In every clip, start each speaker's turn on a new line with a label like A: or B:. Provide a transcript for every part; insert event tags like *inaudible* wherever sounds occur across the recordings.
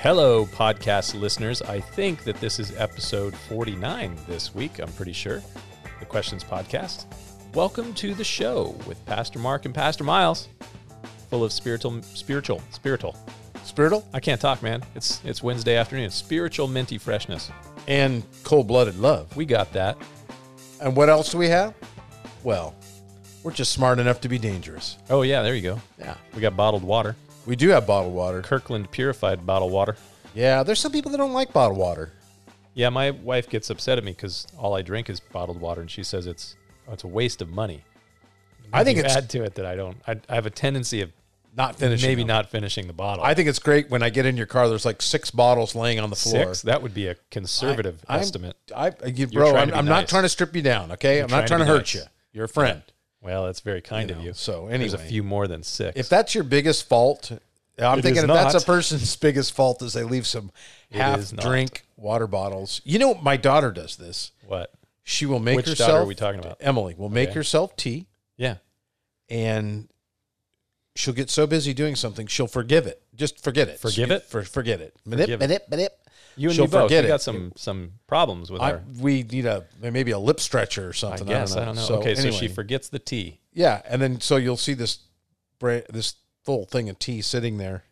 A: Hello, podcast listeners. I think that this is episode 49 this week, I'm pretty sure, the Questions Podcast. Welcome to the show with Pastor Mark and Pastor Miles, full of spiritual, spiritual, spiritual.
B: Spiritual
A: I can't talk, man. It's it's Wednesday afternoon. Spiritual minty freshness.
B: and cold blooded love.
A: We got that.
B: And what else do we have? Well, we're just smart enough to be dangerous.
A: Oh yeah, there you go.
B: Yeah.
A: We got bottled water,
B: We do have bottled water.
A: Kirkland purified bottled water.
B: Yeah, there's some people that don't like bottled water.
A: Yeah, my wife gets upset at me because all I drink is bottled water, and she says it's oh, it's a waste of money.
B: I think
A: you
B: it's
A: add to it that I don't. I, I have a tendency of
B: not finishing.
A: maybe
B: them.
A: not finishing the bottle.
B: I think it's great when I get in your car. There's like six bottles laying on the floor.
A: six. That would be a conservative
B: I'm-
A: estimate.
B: I, you, bro,
A: trying
B: I'm,
A: to be
B: I'm
A: nice.
B: not trying to strip you down. Okay, I'm not
A: trying
B: trying
A: to
B: to,
A: be
B: hurt
A: nice.
B: you. You're a friend.
A: Well, that's very kind of you.
B: So
A: There's
B: anyway,
A: a few more than six.
B: if that's your biggest fault, I'm
A: It is
B: thinking if that's
A: not.
B: a person's biggest fault is they leave some half
A: is not.
B: drink water bottles. You know, my daughter does this.
A: what?
B: She will make
A: Which daughter
B: herself.
A: are we talking about?
B: Emily will make
A: Okay.
B: herself tea,
A: Yeah.
B: and she'll get so busy doing something she'll forgive it. Just forget it.
A: Forgive
B: She-
A: it?
B: For, forget it.
A: Forgive
B: Forgive it. it.
A: You and
B: She'll
A: me both.
B: forget
A: We
B: it.
A: got some some problems with
B: I,
A: her.
B: we need a maybe a lip stretcher or
A: I
B: something.
A: guess. I don't know. okay, so she
B: anyway.
A: forgets the tea.
B: Yeah, and then so you'll see this bra- this full thing of tea sitting there,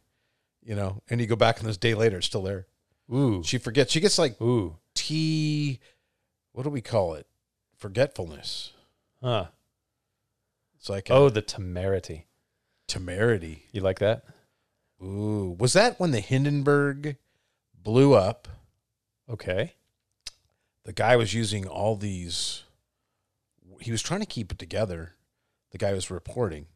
B: you know, and you go back and this day later it's still there.
A: Ooh.
B: She forgets. She gets like
A: Ooh.
B: tea. What do we call it? Forgetfulness.
A: Huh.
B: It's like a
A: Oh, the temerity.
B: temerity.
A: You like that?
B: Ooh, was that when the Hindenburg blew up?
A: Okay.
B: The guy was using all these. He was trying to keep it together. The guy was reporting.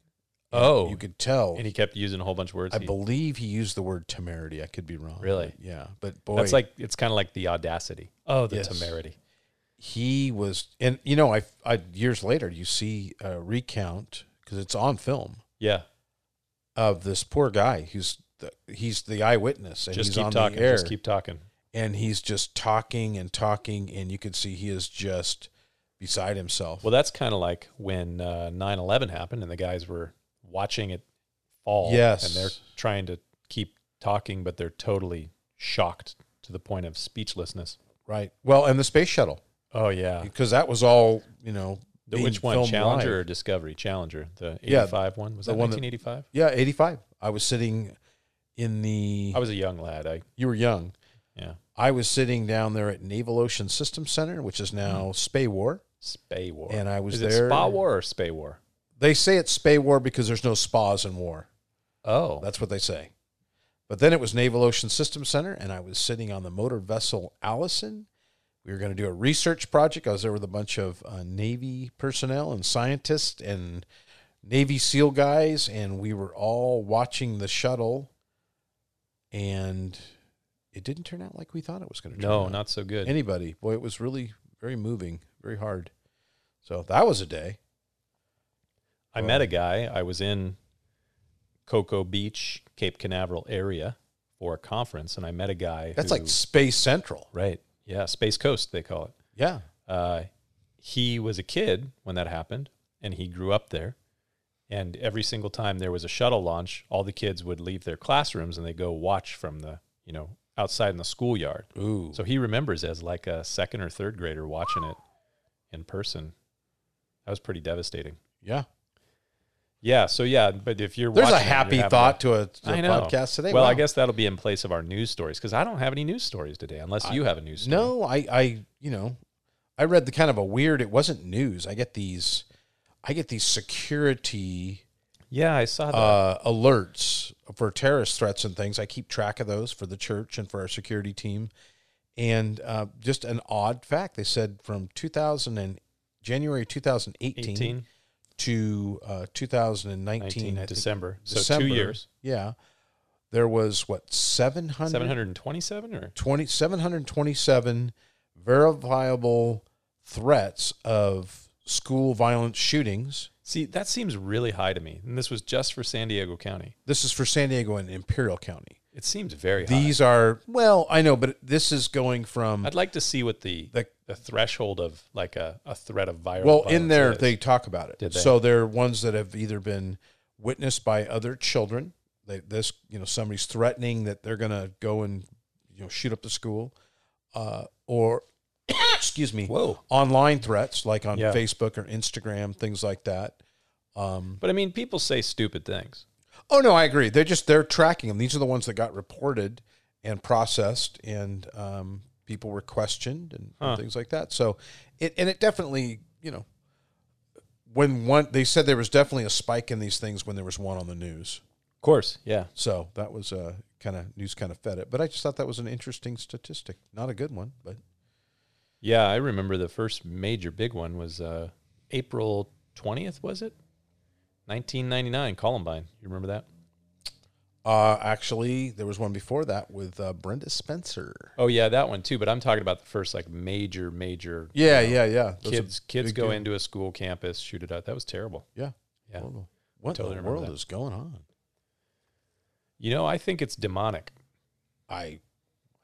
A: Oh.
B: you could tell.
A: And he kept using a whole bunch of words.
B: I
A: He-
B: believe he used the word temerity. I could be wrong.
A: Really?
B: but yeah, but boy,
A: That's like it's kind of like the audacity. Oh, the
B: Yes.
A: temerity.
B: he was and you know i, I years later you see a recount because it's on film
A: Yeah.
B: of this poor guy who's the, he's the eyewitness and
A: just
B: he's
A: keep
B: on
A: talking.
B: the air
A: Just keep talking.
B: and he's just talking and talking and you can see he is just beside himself
A: Well, that's kind of like when uh, 9/11 happened and the guys were watching it fall.
B: Yes.
A: And they're trying to keep talking, but they're totally shocked to the point of speechlessness.
B: right well and the space shuttle
A: Oh yeah.
B: because that was all you know
A: The,
B: being
A: which one,
B: filmed
A: Challenger
B: live.
A: or Discovery? Challenger, the
B: Yeah,
A: 85 one. Was
B: the
A: that
B: one that-
A: 1985?
B: yeah 85 i was sitting in the
A: I was a young lad. I
B: you were young
A: yeah.
B: i was sitting down there at naval ocean systems center which is
A: Hmm.
B: now spay war
A: Spay War.
B: and i was
A: Is
B: there
A: it Spa War or Spay War?
B: They say it's spay war because there's no spas in war.
A: Oh.
B: That's what they say. But then it was Naval Ocean Systems Center, and I was sitting on the motor vessel Allison. We were going to do a research project. I was there with a bunch of uh, Navy personnel and scientists and Navy SEAL guys, and we were all watching the shuttle. And it didn't turn out like we thought it was going to turn
A: no,
B: out.
A: not so good.
B: anybody. Boy, it was really very moving, very hard. So that was a day.
A: I met a guy. I was in Cocoa Beach, Cape Canaveral area for a conference, and I met a guy.
B: That's
A: who-
B: like Space Central.
A: right, yeah, Space Coast they call it.
B: Yeah.
A: Uh, he was a kid when that happened, and he grew up there. And every single time there was a shuttle launch, all the kids would leave their classrooms and they go watch from the you know outside in the schoolyard.
B: Ooh.
A: So he remembers as like a second or third grader watching it in person. That was pretty devastating.
B: yeah.
A: Yeah. So yeah, but if you're
B: There's a
A: watching it,
B: happy
A: you're having
B: thought to a, to
A: I
B: a
A: know.
B: podcast today.
A: Well, I
B: Wow.
A: guess that'll be in place of our news stories because I don't have any news stories today, unless you have a news story.
B: No, I, I, you know, I read the kind of a weird. It wasn't news. I get these, I get these security
A: Yeah, I saw that.
B: uh, alerts for terrorist threats and things. I keep track of those for the church and for our security team. And uh, just an odd fact, they said from 2000 and January 2018
A: 18,
B: to uh, 2019,
A: 19,
B: I think,
A: December. So
B: December,
A: two years.
B: Yeah. There was what 700
A: 727 or
B: 20 727 verifiable threats of school violence shootings.
A: see that seems really high to me and this was just for san diego county
B: This is for San Diego and Imperial County.
A: it seems very high
B: These are well, I know, but this is going from
A: i'd like to see what the the,
B: The-
A: threshold of like a, a threat of violence
B: well in there
A: is.
B: they talk about it.
A: Did they?
B: So they're ones that have either been witnessed by other children They, this, you know, somebody's threatening that they're going to go and you know shoot up the school, uh, or *coughs* excuse me,
A: Whoa.
B: online threats like on
A: Yeah.
B: Facebook or Instagram, things like that. Um,
A: But I mean, people say stupid things.
B: oh no, I agree. They're just they're tracking them. These are the ones that got reported and processed, and um, people were questioned and, and
A: Huh.
B: things like that. So, it and it definitely, you know, when one they said there was definitely a spike in these things when there was one on the news.
A: Of course, yeah.
B: So that was uh, kind of news, kind of fed it. But I just thought that was an interesting statistic, not a good one, but
A: Yeah, I remember the first major big one was uh, April 20th, was it? 1999, Columbine. You remember that?
B: Uh, actually, there was one before that with uh, Brenda Spencer.
A: Oh, yeah, that one too. But I'm talking about the first like major, major
B: Yeah, yeah, yeah. Those
A: kids kids
B: big
A: go
B: deal.
A: into a school campus, shoot it out. That was terrible.
B: Are, yeah,
A: Yeah.
B: Total. What
A: Totally
B: in the
A: remember
B: world
A: that.
B: is going on?
A: You know, I think it's demonic.
B: I
A: I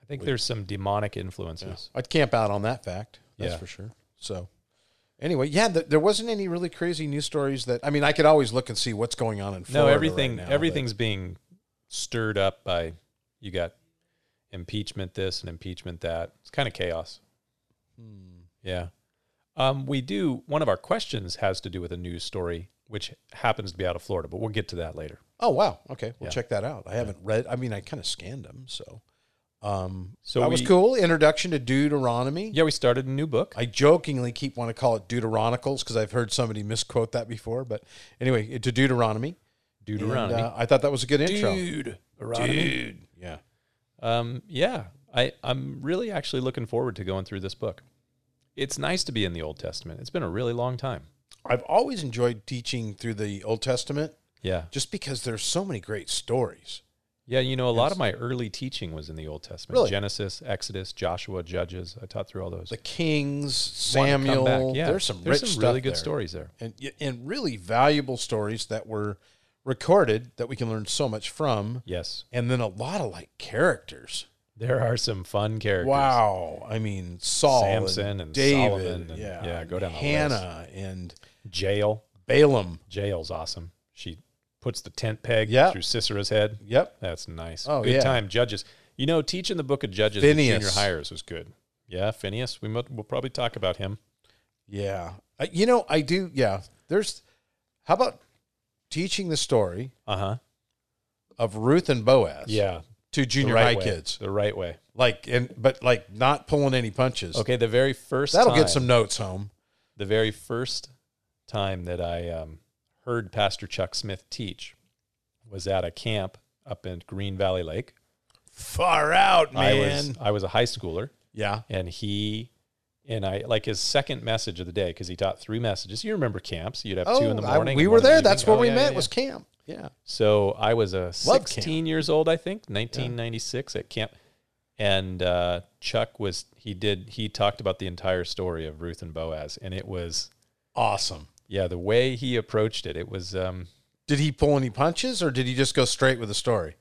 A: think
B: We-
A: there's some demonic
B: yeah,
A: influences.
B: I'd camp out on that fact. That's
A: Yeah.
B: for sure. So, anyway, yeah, th- there wasn't any really crazy news stories that I mean, I could always look and see what's going on in Florida.
A: no,
B: right
A: everything
B: now, but-
A: everything's being stirred up by you got impeachment this and impeachment that. It's kind of chaos.
B: Hmm.
A: Yeah. Um, we do, one of our questions has to do with a news story, which happens to be out of Florida, but we'll get to that later.
B: Oh wow. Okay, we'll
A: Yeah.
B: check that out. I haven't read. I mean, I kind of scanned them, so. Um,
A: So
B: that was
A: we-
B: cool. Introduction to Deuteronomy.
A: Yeah, we started a new book.
B: I jokingly keep want to call it Deuteronicals because I've heard somebody misquote that before. But anyway, it- to Deuteronomy. And,
A: Deuteronomy.
B: uh, I thought that was a good intro.
A: Dude.
B: Dude. Yeah.
A: Um, yeah, I, I'm really actually looking forward to going through this book. It's nice to be in the Old Testament. It's been a really long time.
B: I've always enjoyed teaching through the Old Testament
A: Yeah.
B: just because there's so many great stories.
A: Yeah, you know, a lot of my early teaching was in the Old Testament
B: Really?
A: Genesis, Exodus, Joshua, Judges. I taught through all those.
B: The Kings,
A: Wanna come
B: Samuel.
A: back. Yeah,
B: There's some
A: there's
B: rich
A: some
B: stuff
A: really good
B: there.
A: stories there.
B: and and really valuable stories that were recorded that we can learn so much from.
A: Yes.
B: And then a lot of like characters.
A: There are some fun characters.
B: Wow. I mean, Saul,
A: Samson and
B: David,
A: Solomon and-
B: yeah,
A: yeah, go down the
B: Hannah and
A: Jail.
B: Balaam.
A: Jail's awesome. She puts the tent peg
B: Yeah.
A: through Sisera's head.
B: Yep.
A: That's nice.
B: Oh,
A: good
B: yeah.
A: time. Judges. You know, teaching the book of Judges to junior
B: Phineas.
A: hires was good. Yeah, Phineas. We mu- we'll probably talk about him.
B: Yeah. Uh, you know, I do. Yeah. There's. How about teaching the story
A: Uh huh.
B: of Ruth and Boaz?
A: Yeah,
B: To
A: the
B: junior
A: right
B: high
A: way.
B: kids,
A: The right way.
B: like and but like not pulling any punches.
A: Okay, the very 1st
B: That'll
A: time,
B: get some notes home.
A: The very first time that I um, heard Pastor Chuck Smith teach was at a camp up in Green Valley Lake.
B: Far out,
A: I was I was a high schooler.
B: yeah.
A: and he and I like his second message of the day because he taught three messages. You remember camps? You'd have two in the
B: Oh, I-
A: morning.
B: we
A: and
B: were
A: one in the
B: there.
A: evening.
B: That's where
A: Oh,
B: we
A: yeah,
B: met.
A: yeah,
B: Was
A: yeah.
B: camp. Yeah.
A: so I was a
B: Love camp.
A: sixteen years old, I think, nineteen ninety six at camp, and uh, Chuck was he did he talked about the entire story of Ruth and Boaz, and it was
B: Awesome.
A: yeah the way he approached it. It was um,
B: Did he pull any punches or did he just go straight with the story?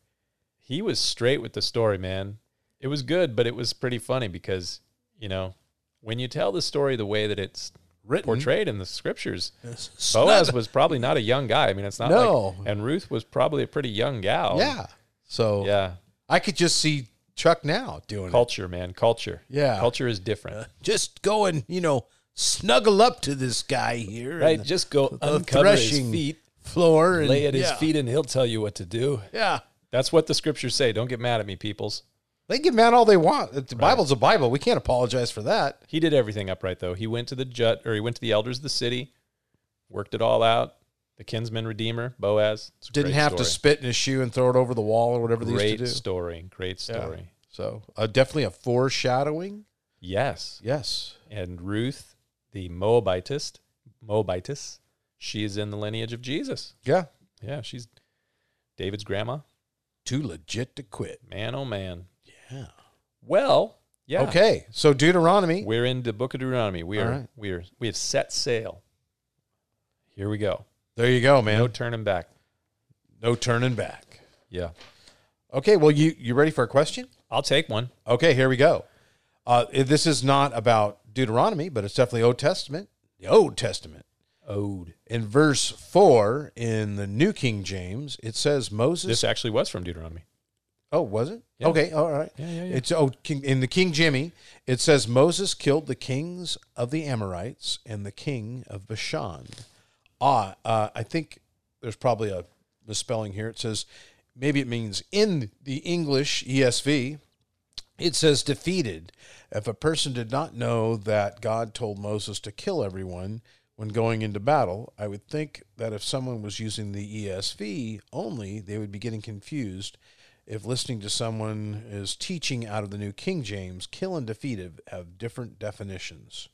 A: he was straight with the story, man. It was good, but it was pretty funny because you know when you tell the story the way that it's
B: Written.
A: portrayed in the scriptures
B: Mm-hmm. It's
A: Boaz
B: not-
A: was probably not a young guy. I mean, it's not
B: No.
A: like, and Ruth was probably a pretty young gal.
B: Yeah. So
A: Yeah.
B: I could just see Chuck now doing it.
A: Culture, man. Culture.
B: Yeah.
A: Culture is different.
B: *laughs* Just go and, you know, snuggle up to this guy here. and
A: right. Just go
B: the
A: uncover his
B: threshing
A: feet,
B: floor. And,
A: lay at his
B: yeah.
A: feet, and he'll tell you what to do.
B: Yeah.
A: That's what the scriptures say. Don't get mad at me, peoples.
B: They can get mad all they want. The Bible's a Bible. We can't apologize for that.
A: He did everything upright, though. He went to the jut, or he went to the elders of the city, worked it all out. The kinsman redeemer, Boaz. It's a
B: Didn't
A: great
B: have to
A: story.
B: spit in his shoe and throw it over the wall or whatever they used to
A: Great
B: do.
A: story. Great
B: Yeah.
A: story.
B: So uh, definitely a foreshadowing.
A: Yes.
B: Yes.
A: and Ruth, the Moabitist, Moabitess, she is in the lineage of Jesus.
B: Yeah.
A: Yeah, she's David's grandma.
B: Too legit to quit.
A: Man, oh man.
B: Yeah.
A: Well, yeah.
B: Okay. So Deuteronomy.
A: We're in the Book of Deuteronomy. We
B: All
A: are.
B: right.
A: We are. We have set sail. Here we go.
B: There you go, man.
A: No
B: No,
A: turning back.
B: turning back.
A: Yeah,
B: Okay. Well, you you ready for a question?
A: I'll take one.
B: Okay. Here we go. Uh, this is not about Deuteronomy, but it's definitely Old Testament. The Old Testament.
A: Ode.
B: In verse 4 in the New King James, it says Moses.
A: This actually was from Deuteronomy.
B: oh, was it?
A: Yeah.
B: Okay, all right.
A: Yeah, yeah, yeah.
B: It's oh, King, in the King Jimmy, it says Moses killed the kings of the Amorites and the king of Bashan. Ah, uh, I think there's probably a misspelling here. It says maybe it means in the English ESV. It says defeated. If a person did not know that God told Moses to kill everyone when going into battle, I would think that if someone was using the ESV only, they would be getting confused if listening to someone is teaching out of the New King James, kill and defeat have, have different definitions.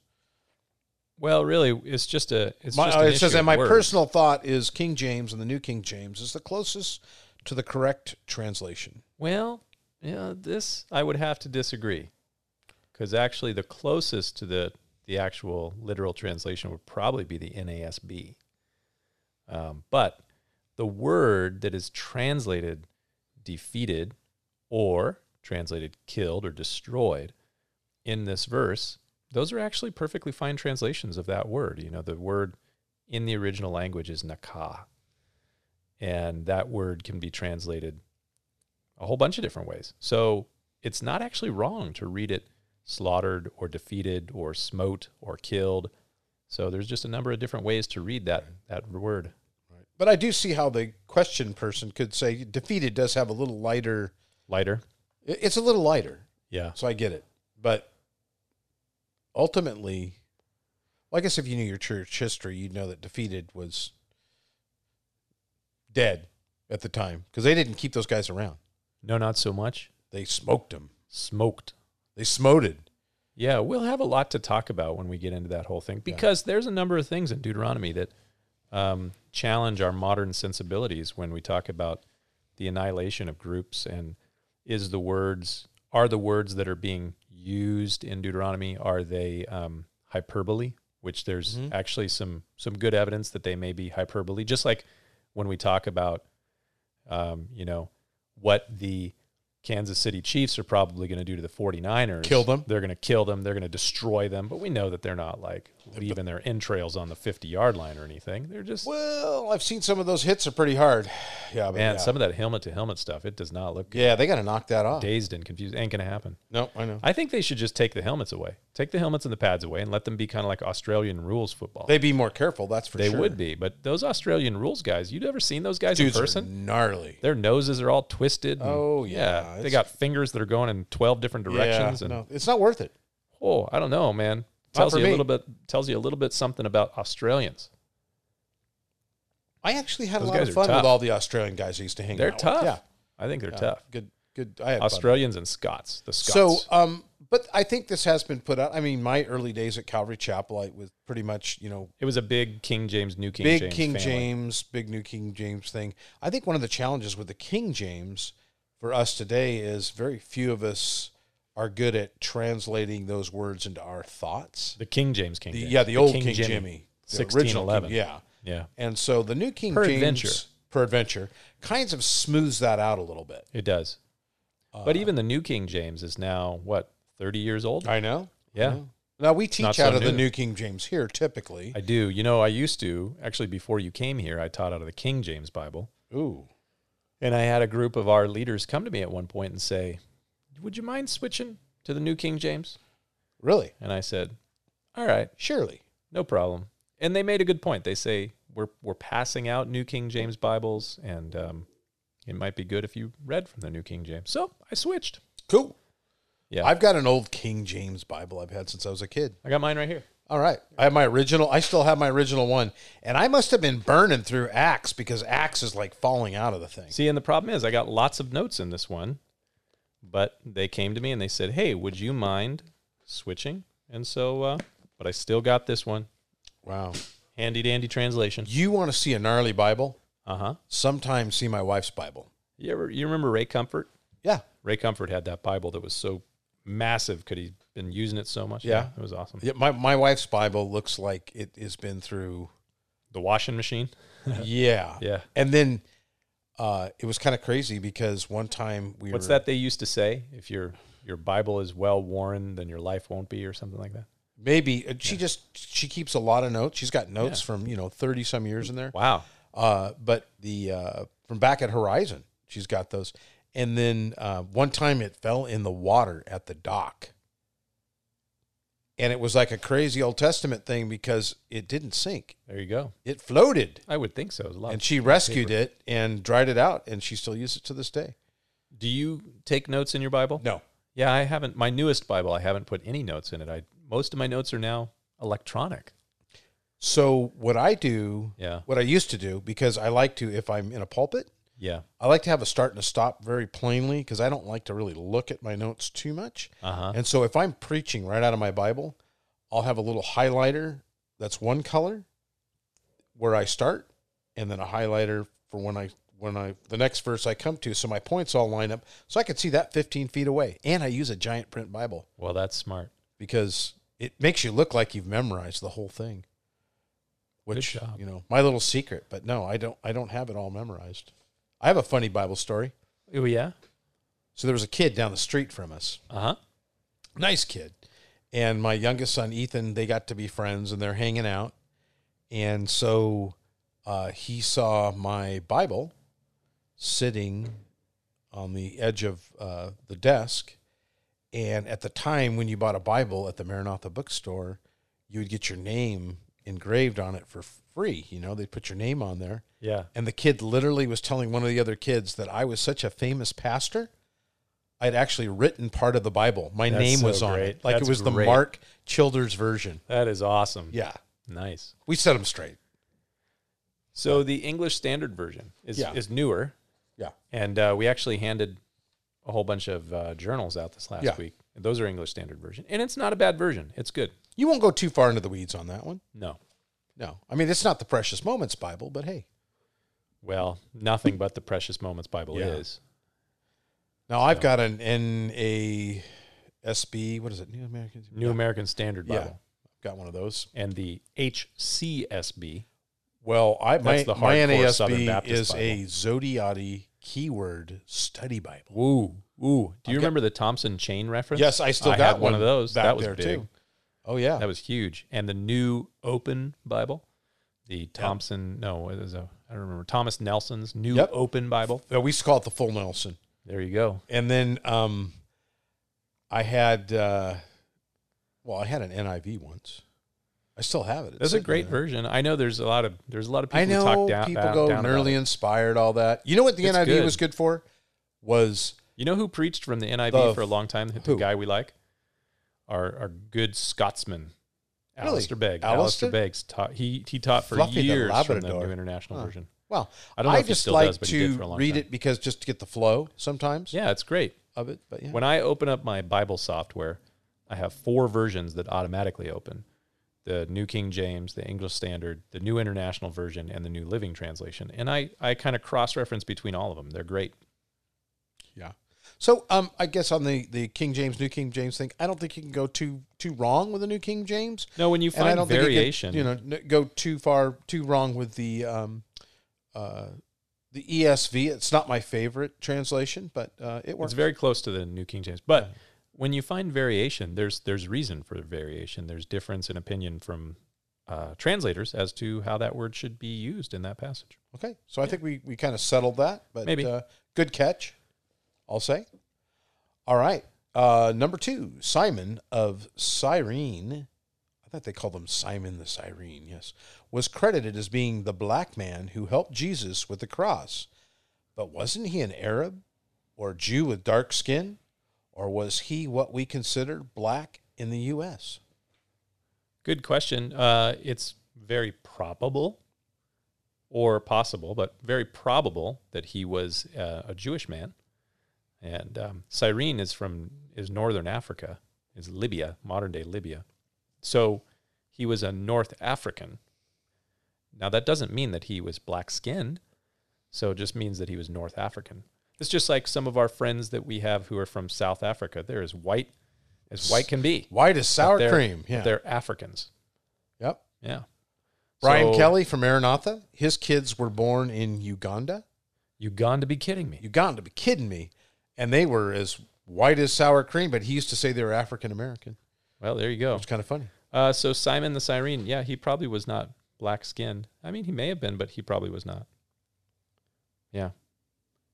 A: Well, really, it's just a. It's
B: My, uh,
A: just an
B: it says,
A: issue
B: and
A: of
B: my
A: words.
B: personal thought is King James and the New King James is the closest to the correct translation.
A: Well, yeah, this I would have to disagree, because actually, the closest to the the actual literal translation would probably be the NASB. Um, but the word that is translated defeated or translated killed or destroyed in this verse, those are actually perfectly fine translations of that word. You know, the word in the original language is nakah. And that word can be translated a whole bunch of different ways. So it's not actually wrong to read it slaughtered or defeated or smote or killed. So there's just a number of different ways to read that that word.
B: But I do see how the question person could say defeated does have a little lighter,
A: Lighter.
B: it- it's a little lighter.
A: Yeah.
B: So I get it. But ultimately, well, I guess if you knew your church history, you'd know that defeated was dead at the time because they didn't keep those guys around.
A: No, not so much.
B: They smoked them.
A: Smoked.
B: They smoted.
A: Yeah, we'll have a lot to talk about when we get into that whole thing because there's a number of things in Deuteronomy that um, challenge our modern sensibilities when we talk about the annihilation of groups and is the words are the words that are being used in Deuteronomy are they um, hyperbole? Which there's
B: Mm-hmm.
A: actually some some good evidence that they may be hyperbole. Just like when we talk about um, you know what the Kansas City Chiefs are probably going to do to the 49ers.
B: Kill them.
A: They're going to kill them. They're going to destroy them. But we know that they're not like leaving their entrails on the 50 yard line or anything. They're just,
B: Well, I've seen some of those hits are pretty hard. *sighs* Yeah, but
A: man,
B: yeah.
A: some of that helmet to helmet stuff, it does not look
B: yeah, they got to knock that off.
A: dazed and confused. Ain't going to happen.
B: No, I know.
A: I think they should just take the helmets away. Take the helmets and the pads away and let them be kind of like Australian rules football.
B: They'd be more careful. That's for
A: They
B: sure.
A: would be. But those Australian rules guys, you'd ever seen those guys
B: Dudes
A: in
B: are
A: person?
B: gnarly.
A: Their noses are all twisted. and-
B: Oh, yeah,
A: They
B: it's-
A: got fingers that are going in 12 different directions.
B: Yeah,
A: and
B: no, it's not worth it.
A: Oh, I don't know, man. Tells
B: for
A: you a
B: me.
A: little bit. Tells you a little bit something about Australians.
B: I actually had
A: Those
B: a lot
A: guys
B: of
A: are
B: fun
A: tough.
B: with all the Australian guys I used to hang
A: They're
B: out
A: tough.
B: with. Yeah.
A: I think they're
B: Yeah,
A: tough.
B: Good, good. I had fun.
A: Australians and Scots. The Scots.
B: So, um, but I think this has been put out. I mean, my early days at Calvary Chapel, I was pretty much, you know,
A: it was a big King James, New King
B: big
A: James.
B: King
A: family.
B: James, big new King James thing. I think one of the challenges with the King James for us today is very few of us are good at translating those words into our thoughts.
A: The King James, King
B: The,
A: James.
B: yeah, the, old King,
A: Jimmy.
B: Jimmy, the original
A: 1611.
B: King, yeah.
A: Yeah,
B: And so the new King
A: Per
B: James
A: adventure.
B: per adventure kinds of smooths that out a little bit.
A: it does. but even the New King James is now what thirty years old.
B: Uh, I know.
A: yeah,
B: Now we teach out
A: so
B: of the
A: new.
B: New King James here typically.
A: I do. You know, I used to actually before you came here, I taught out of the King James Bible.
B: Ooh.
A: And I had a group of our leaders come to me at one point and say, Would you mind switching to the New King James?
B: Really?
A: And I said, All right,
B: Surely.
A: no problem. And they made a good point. They say, We're, we're passing out New King James Bibles, and um, it might be good if you read from the New King James. So I switched.
B: Cool.
A: Yeah.
B: I've got an old King James Bible I've had since I was a kid.
A: I got mine right here.
B: All right. I have my original. I still have my original one. And I must have been burning through Acts because Acts is like falling out of the thing.
A: See, and the problem is, I got lots of notes in this one, but they came to me and they said, Hey, would you mind switching? And so, uh, but I still got this one.
B: Wow.
A: Handy dandy translation.
B: You want to see a gnarly Bible?
A: Uh huh.
B: Sometimes see my wife's Bible.
A: You ever you remember Ray Comfort?
B: Yeah.
A: Ray Comfort had that Bible that was so massive. Could he been using it so much?
B: Yeah.
A: it was awesome.
B: yeah my, my wife's Bible looks like it has been
A: *laughs*
B: through.
A: The washing machine.
B: Yeah.
A: Yeah.
B: And then uh, it was kind of crazy because one time we
A: What's
B: were.
A: that they used to say? If your your Bible is well worn, then your life won't be, or something like that.
B: Maybe Uh, she just she keeps a lot of notes. She's got notes from you know thirty some years in there.
A: Wow.
B: Uh, but the uh, from back at Horizon, she's got those. And then uh, one time it fell in the water at the dock, and it was like a crazy Old Testament thing because it didn't sink;
A: There you go.
B: it floated.
A: I would think so. It was a lot
B: And
A: of-
B: she rescued it and dried it out, and she still uses it to this day.
A: Do you take notes in your Bible?
B: No,
A: Yeah, I haven't. My newest Bible, I haven't put any notes in it. I most of my notes are now electronic.
B: So what I do,
A: Yeah.
B: what I used to do, because I like to, if I'm in a pulpit,
A: Yeah.
B: I like to have a start and a stop very plainly because I don't like to really look at my notes too much.
A: Uh huh.
B: And so if I'm preaching right out of my Bible, I'll have a little highlighter that's one color where I start, and then a highlighter for when I when I the next verse I come to. So my points all line up, so I can see that 15 feet away. And I use a giant print Bible
A: Well, that's smart.
B: because it makes you look like you've memorized the whole thing. Which
A: job.
B: you know, my little secret, but no, I don't I don't have it all memorized. I have a funny Bible story.
A: Oh yeah.
B: So there was a kid down the street from us.
A: Uh huh.
B: Nice kid. And my youngest son Ethan, they got to be friends and they're hanging out. And so uh, he saw my Bible sitting on the edge of uh, the desk. And at the time when you bought a Bible at the Maranatha bookstore, you would get your name engraved on it for free. You know, they'd put your name on there.
A: Yeah.
B: And the kid literally was telling one of the other kids that I was such a famous pastor. I'd actually written part of the Bible. My
A: That's
B: name
A: so
B: was on
A: great.
B: it. Like
A: That's
B: it was the
A: great.
B: Mark Childers version.
A: That is awesome.
B: Yeah.
A: Nice.
B: We set him straight.
A: So the English Standard Version is
B: Yeah.
A: is newer,
B: Yeah.
A: and uh, we actually handed a whole bunch of uh, journals out this last
B: Yeah.
A: week. And those are English Standard Version, and it's not a bad version. It's good.
B: You won't go too far into the weeds on that one.
A: No.
B: No. I mean, it's not the Precious Moments Bible, but hey.
A: Well, nothing but the Precious Moments Bible
B: Yeah.
A: is.
B: Now I've got an NASB. What is it? New American.
A: New American Standard
B: Yeah.
A: Bible
B: Got one of those.
A: and the HCSB.
B: Well, I my,
A: That's the
B: my
A: hardcore Southern
B: NASB
A: Baptist
B: is a Zodiati keyword study Bible.
A: Woo, woo. Do you
B: I've got-
A: remember the Thompson chain reference?
B: Yes, I still
A: I
B: got
A: had one of those.
B: back
A: That was
B: there,
A: big.
B: too. Oh yeah,
A: That was huge. And the new open Bible, the Thompson, no, it was a, I don't remember, Thomas Nelson's new
B: Yep.
A: open Bible.
B: Uh, we used to call it the full Nelson.
A: There you go.
B: And then um, I had, uh, well, I had an NIV once. I still have it. It's
A: That's a
B: sitting
A: great
B: there.
A: version. I know there's a lot of there's a lot of people
B: I
A: who talk
B: know
A: down,
B: people
A: down,
B: go
A: down about
B: nearly
A: it.
B: inspired, all that. You know what the
A: It's
B: NIV
A: good.
B: was good for? Was
A: You know who preached from the NIV
B: The-
A: for a long time? The
B: who?
A: guy we like, our our good Scotsman,
B: Really?
A: Alistair Begg.
B: Alistair?
A: Alistair Begg's taught. He he taught for
B: Fluffy the
A: years from the
B: Labrador.
A: New International
B: Huh.
A: Version.
B: well,
A: I
B: I,
A: don't know if he
B: just
A: still
B: like
A: does, but he did
B: to
A: for a long
B: read
A: time.
B: it because just to get the flow sometimes
A: Yeah, it's great.
B: of it. But yeah,
A: When I open up my Bible software, I have four versions that automatically open the New King James, the English Standard, the New International Version, and the New Living Translation. And I, I kind of cross reference between all of them. They're great.
B: yeah. So um, I guess on the the King James, New King James thing, I don't think you can go too too wrong with the New King James.
A: No, when you
B: and I
A: find
B: don't
A: variation,
B: think it could, you know, n- go too far, too wrong with the um, uh, the ESV. It's not my favorite translation, but uh, it
A: it's
B: works.
A: very close to the New King James. But when you find variation, there's there's reason for variation. There's difference in opinion from uh, translators as to how that word should be used in that passage.
B: okay, so I think we, we kind of settled that, but
A: Maybe.
B: Uh, good catch, I'll say. All right, uh, number two, Simon of Cyrene. I thought they called him Simon the Cyrene. Yes, was credited as being the black man who helped Jesus with the cross, but wasn't he an Arab? or Jew with dark skin, or was he what we consider black in the U.S.?
A: Good question. Uh, it's very probable or possible, but very probable that he was uh, a Jewish man. And um, Cyrene is from is northern Africa, is Libya, modern day Libya. So he was a North African. Now that doesn't mean that he was black skinned. So it just means that he was North African. It's just like some of our friends that we have who are from South Africa. They're as white as white can be.
B: White as sour
A: They're-
B: cream.
A: but
B: Yeah.
A: They're Africans.
B: Yep.
A: Yeah.
B: Brian
A: So,
B: Kelly from Maranatha. His kids were born in Uganda.
A: You gone to be kidding me.
B: Uganda, be kidding me. And they were as white as sour cream, but he used to say they were African American.
A: Well, there you go.
B: It's kind of funny.
A: Uh, so Simon the Cyrene, yeah, he probably was not black skinned. I mean, he may have been, but he probably was not. Yeah,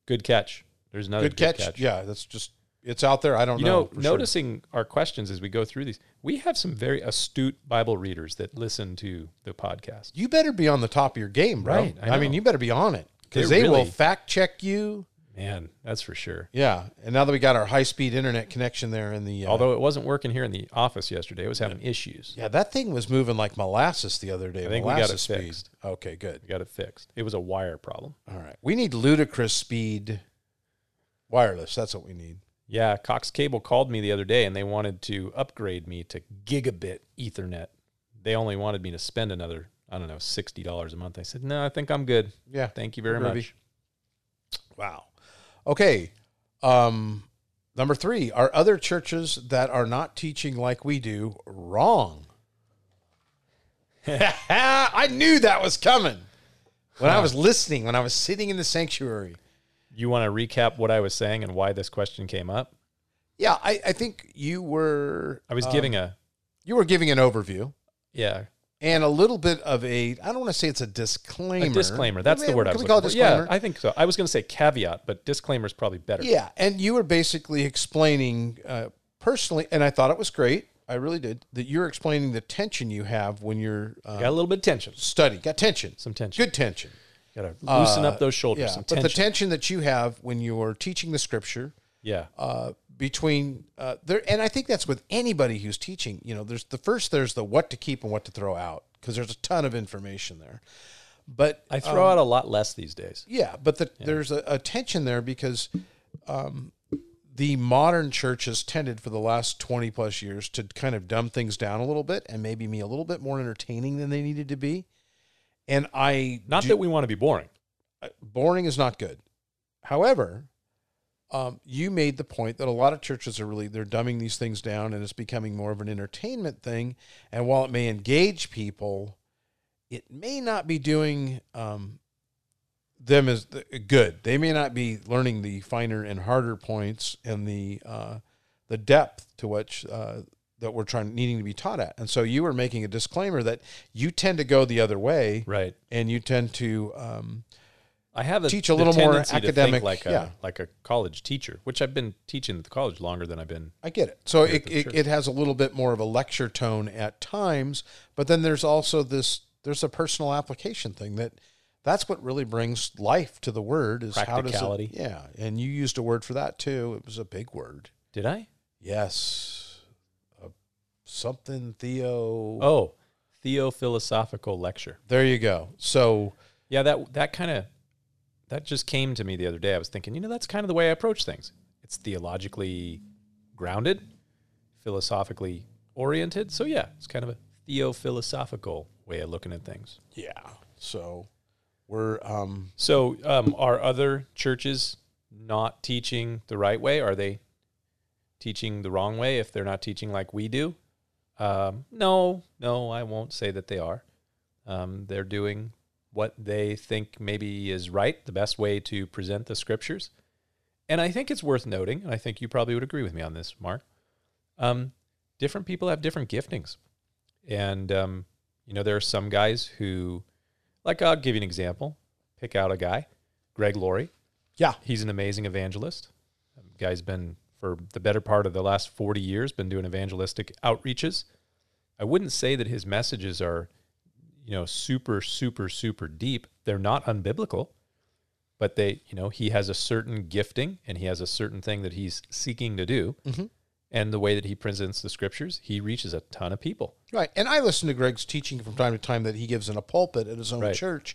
A: good catch. There's another
B: Good catch. Yeah, that's just it's out there. I don't
A: You
B: know.
A: know,
B: for sure.
A: noticing our questions as we go through these, we have some very astute Bible readers that listen to the podcast.
B: you better be on the top of your game, bro.
A: Right, I
B: I, mean,
A: know.
B: you better be on it because
A: They
B: they, will
A: really-
B: fact check you.
A: Man, that's for sure.
B: Yeah, and now that we got our high speed internet connection there in the uh,
A: Although it wasn't working here in the office yesterday, it was having issues.
B: yeah, that thing was moving like molasses the other day.
A: I think we got it
B: molasses speed.
A: fixed.
B: Okay, good.
A: We got it fixed. It was a wire problem.
B: All right, we need ludicrous speed wireless. That's what we need.
A: Yeah, Cox Cable called me the other day and they wanted to upgrade me to gigabit Ethernet. They only wanted me to spend another, I don't know, sixty dollars a month. I said, No, I think I'm good.
B: Yeah.
A: Thank you very
B: Groovy.
A: much.
B: Wow. Okay. Um, number three, are other churches that are not teaching like we do wrong? *laughs* I knew that was coming when I was listening, when I was sitting in the sanctuary.
A: You want to recap what I was saying and why this question came up?
B: Yeah, I, I think you were
A: I was
B: um,
A: giving a
B: you were giving an overview
A: yeah,
B: and a little bit of a I don't want to say it's a disclaimer.
A: a disclaimer. That's the
B: Can
A: word
B: we-
A: I was
B: Can we call it
A: looking for.
B: disclaimer?
A: Yeah, I think so. I was going to say caveat, but disclaimer is probably better.
B: Yeah, and you were basically explaining uh, personally, and I thought it was great. I really did. That you're explaining the tension you have when you're
A: Got a
B: uh,
A: little bit of tension,
B: study. Got tension,
A: some tension.
B: good tension.
A: Got to loosen up those shoulders.
B: Uh, Yeah,
A: some
B: but
A: tension.
B: the tension that you have when you're teaching the scripture
A: yeah,
B: uh, between uh, there, and I think that's with anybody who's teaching. You know, there's the first there's the what to keep and what to throw out because there's a ton of information there. But
A: I throw out a lot less these days.
B: Yeah, but the, there's a, a tension there because um, the modern church has tended for the last 20 plus years to kind of dumb things down a little bit and maybe me a little bit more entertaining than they needed to be. And I,
A: Not that we want to be boring.
B: Uh, boring is not good. However, um, you made the point that a lot of churches are really they're dumbing these things down and it's becoming more of an entertainment thing and while it may engage people it may not be doing um, them as th- good they may not be learning the finer and harder points and the uh, the depth to which uh, that we're trying needing to be taught at and so you were making a disclaimer that you tend to go the other way
A: Right.
B: and you tend to um,
A: I have a,
B: Teach a
A: the
B: little more
A: tendency to think
B: academic-
A: like a
B: yeah.
A: like a college teacher, which I've been teaching at the college longer than I've been.
B: I get it. So it,
A: the
B: it,
A: church.
B: it has a little bit more of a lecture tone at times, but then there's also this there's a personal application thing that that's what really brings life to the word is how does
A: Practicality.
B: it, yeah, and you used a word for that too. It was a big word.
A: Did I?
B: Yes, a, something Theo.
A: Oh, theophilosophical lecture.
B: There you go. So
A: Yeah, that that kind of that just came to me the other day. I was thinking, you know, that's kind of the way I approach things. It's theologically grounded, philosophically oriented. So yeah, it's kind of a theophilosophical way of looking at things.
B: yeah, so we're um
A: So, um, are other churches not teaching the right way? Are they teaching the wrong way if they're not teaching like we do? Um, no, no, I won't say that they are. Um, they're doing what they think maybe is right, the best way to present the scriptures. And I think it's worth noting, and I think you probably would agree with me on this, Mark. Um, different people have different giftings. And, um, you know, there are some guys who, like, I'll give you an example pick out a guy, Greg Laurie.
B: Yeah.
A: He's an amazing evangelist. Um, Guy's been for the better part of the last 40 years been doing evangelistic outreaches. I wouldn't say that his messages are, you know, super super super deep. They're not unbiblical, but they, you know, he has a certain gifting and he has a certain thing that he's seeking to do.
B: Mhm.
A: And the way that he presents the scriptures, he reaches a ton of people.
B: Right. And I listen to Greg's teaching from time to time that he gives in a pulpit at his own
A: Right.
B: church.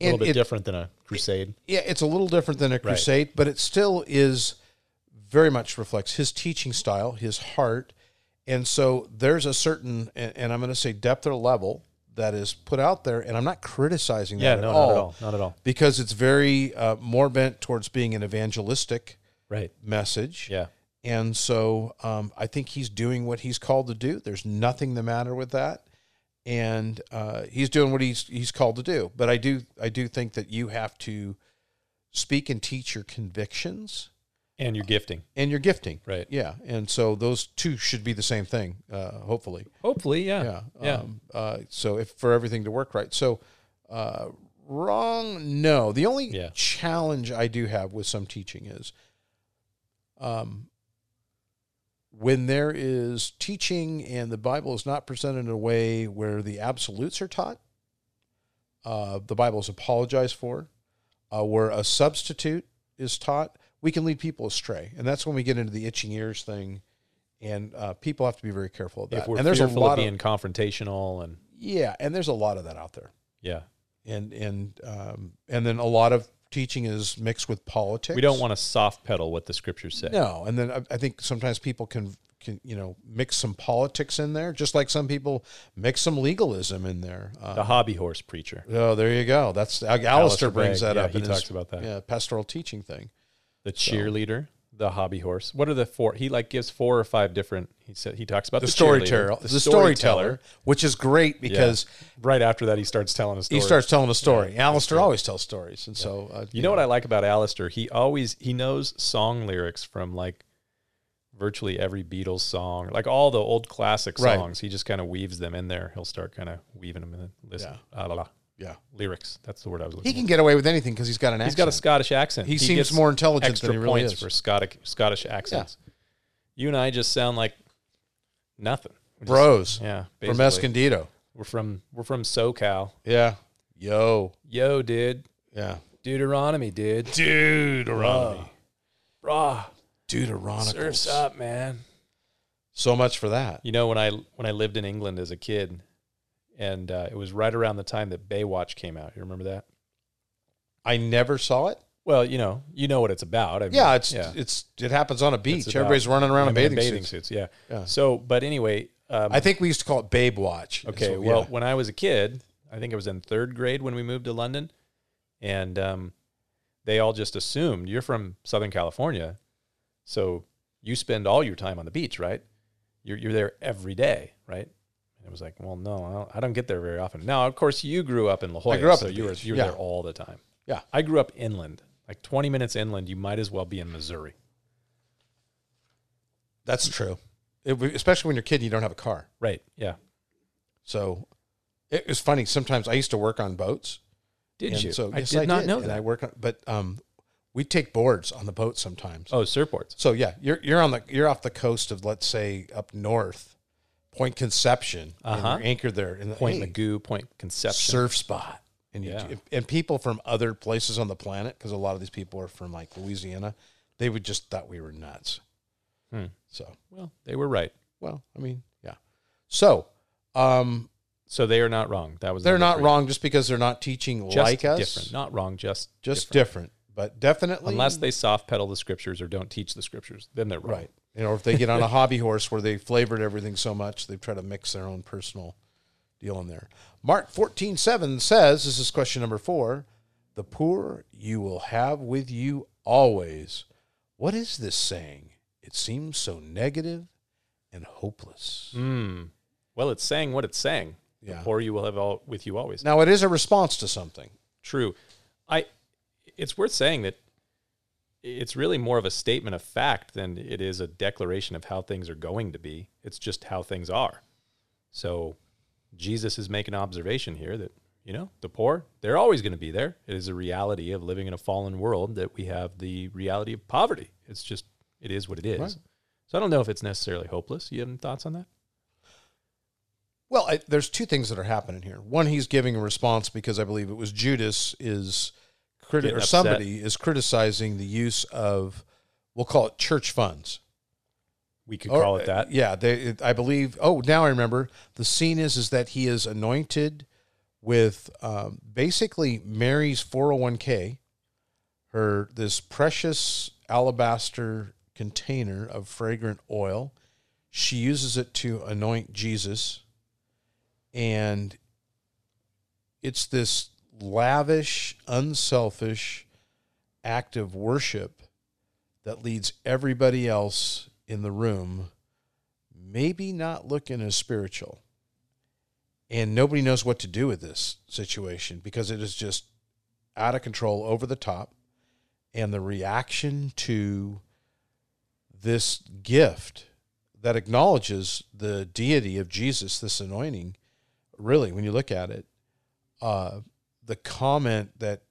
A: A little
B: And
A: bit
B: it-
A: different than a crusade.
B: yeah, it's a little different than a crusade, but it still is very much reflects his teaching style, his heart. And so there's a certain, and, and I'm going to say depth or level that is put out there. And I'm not criticizing that
A: Yeah,
B: at,
A: no,
B: all
A: not at all. Not at all.
B: because it's very uh, more bent towards being an evangelistic
A: Right.
B: message.
A: Yeah.
B: And so um, I think he's doing what he's called to do. There's nothing the matter with that, and uh, he's doing what he's he's called to do. But I do I do think that you have to speak and teach your convictions
A: and you're gifting.
B: and your gifting.
A: Right.
B: Yeah. And so those two should be the same thing, uh, hopefully.
A: Hopefully, yeah.
B: Yeah.
A: Yeah.
B: Um, uh, so if for everything to work right. So uh, wrong, no. The only
A: Yeah.
B: challenge I do have with some teaching is um, when there is teaching and the Bible is not presented in a way where the absolutes are taught, uh, the Bible is apologized for, uh, where a substitute is taught, we can lead people astray. And that's when we get into the itching ears thing. And uh, people have to be very careful of that.
A: if we're
B: and there's a
A: fearful
B: lot
A: of being confrontational and
B: yeah, and there's a lot of that out there,
A: yeah,
B: and and um, and then a lot of teaching is mixed with politics.
A: we don't want to soft pedal what the scriptures say.
B: no, and then I, I think sometimes people can can you know mix some politics in there, just like some people mix some legalism in there.
A: The
B: Uh,
A: holiday horse preacher,
B: oh, there you go. That's Al- Alistair brings
A: Begg,
B: that
A: yeah,
B: up.
A: he
B: in
A: talks about that.
B: Yeah, pastoral teaching thing.
A: the cheerleader, the hobby horse. What are the four? He like gives four or five different. He said he talks about
B: The,
A: the,
B: storyteller,
A: cheerleader,
B: the, storyteller, which is great because
A: Right after that, he starts telling a story.
B: he starts telling a story. Alistair always tells stories, and so uh,
A: You know what I like about Alistair? He always he knows song lyrics from like virtually every Beatles song, like all the old classic
B: Right.
A: songs. He just kind of weaves them in there. He'll start kind of weaving them in and listen. Ah, la, la.
B: yeah,
A: Lyrics. That's the word I was looking.
B: he
A: for.
B: can get away with anything because he's got an
A: He's
B: accent.
A: got a Scottish accent.
B: He seems more intelligent than
A: extra
B: he really
A: points
B: is.
A: for Scottish Scottish accents. You and I just sound like nothing, We're just-
B: bros
A: yeah,
B: from
A: basically.
B: Escondido.
A: We're from we're from SoCal.
B: Yeah. Yo.
A: Yo, dude.
B: Yeah.
A: Deuteronomy, dude.
B: Deuteronomy.
A: Raw.
B: Deuteronomy.
A: Surf's up, man.
B: So much for that.
A: You know, when I when I lived in England as a kid, and uh, it was right around the time that Baywatch came out. You remember that?
B: I never saw it.
A: Well, you know, you know what it's about. I mean,
B: Yeah, it's it's it happens on a beach.
A: about
B: Everybody's running around in
A: Women in
B: bathing, suits.
A: Yeah.
B: Yeah.
A: So, but anyway, um,
B: I think we used to call it Babe Watch. That's
A: okay.
B: what-
A: well,
B: yeah.
A: when I was a kid, I think I was in third grade when we moved to London, and um, they all just assumed you're from Southern California, so you spend all your time on the beach, right? You're you're there every day, right? And it was like, well, no, I don't, I don't get there very often. Now, of course, you grew up in La Jolla,
B: grew up
A: so
B: at the
A: you were
B: beach,
A: you were
B: yeah.
A: there all the time.
B: Yeah.
A: I grew up inland, like 20 minutes inland. You might as well be in Missouri.
B: that's true. It, w- especially when you're a kid, and you don't have a car.
A: Right? Yeah.
B: So it was funny. Sometimes I used to work on boats.
A: Did
B: and
A: you?
B: So
A: I
B: yes,
A: did not know
B: and
A: that.
B: I work on, but um, we take boards on the boat sometimes.
A: oh, surfboards.
B: So yeah, you're you're on the you're off the coast of let's say up north, Point Conception,
A: Uh-huh.
B: and you're anchored there in the
A: Point
B: hey,
A: Magoo, Point Conception.
B: surf spot, and you,
A: Yeah.
B: and people from other places on the planet because a lot of these people are from like Louisiana, they would just thought we were nuts.
A: Hmm.
B: So
A: Well, they were right.
B: well, I mean yeah, so um,
A: So they are not wrong. That was
B: they're
A: number
B: not
A: three.
B: wrong just because they're not teaching
A: Just
B: like us,
A: different. Not wrong. Just
B: just
A: different.
B: different. but definitely
A: Unless they soft pedal the scriptures or don't teach the scriptures, then they're wrong.
B: Right. You know, if they get on a hobby horse where they flavored everything so much, they try to mix their own personal deal in there. Mark fourteen seven says, this is question number four, the poor you will have with you always. What is this saying? It seems so negative and hopeless.
A: Hmm. Well, it's saying what it's saying.
B: Yeah.
A: The poor you will have all with you always.
B: Now, it is a response to something.
A: True. I. It's worth saying that it's really more of a statement of fact than it is a declaration of how things are going to be. It's just how things are. So Jesus is making an observation here that you know the poor they're always going to be there. It is a reality of living in a fallen world that we have the reality of poverty. It's just it is what it is.
B: Right.
A: So I don't know if it's necessarily hopeless. You have any thoughts on that?
B: Well, I, there's two things that are happening here. One, he's giving a response because I believe it was Judas is criti-
A: Getting
B: or
A: upset.
B: somebody is criticizing the use of we'll call it church funds.
A: We could
B: Or- uh,
A: call it that.
B: Oh, Yeah, they, it, I believe. Oh, now I remember. The scene is is that he is anointed with um, basically Mary's 401k, her this precious alabaster container of fragrant oil. She uses it to anoint Jesus, and it's this lavish, unselfish act of worship that leads everybody else in the room maybe not looking as spiritual. And nobody knows what to do with this situation because it is just out of control, over the top. And the reaction to this gift that acknowledges the deity of Jesus, this anointing, really, when you look at it, uh, the comment that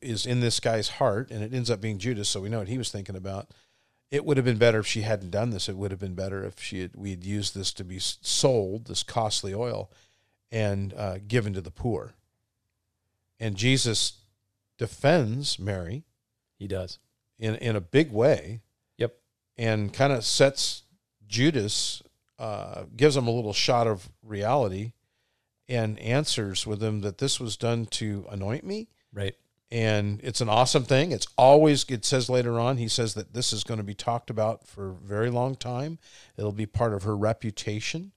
B: is in this guy's heart, and it ends up being Judas, so we know what he was thinking about. It would have been better if she hadn't done this. It would have been better if she had, we had used this to be s- sold, this costly oil, and uh, given to the poor. And Jesus defends Mary
A: He does.
B: in in a big way.
A: Yep.
B: And kind of sets Judas, uh, gives him a little shot of reality, and answers with him that this was done to anoint me,
A: Right.
B: and it's an awesome thing. It's always it says later on he says that this is going to be talked about for a very long time. It'll be part of her reputation,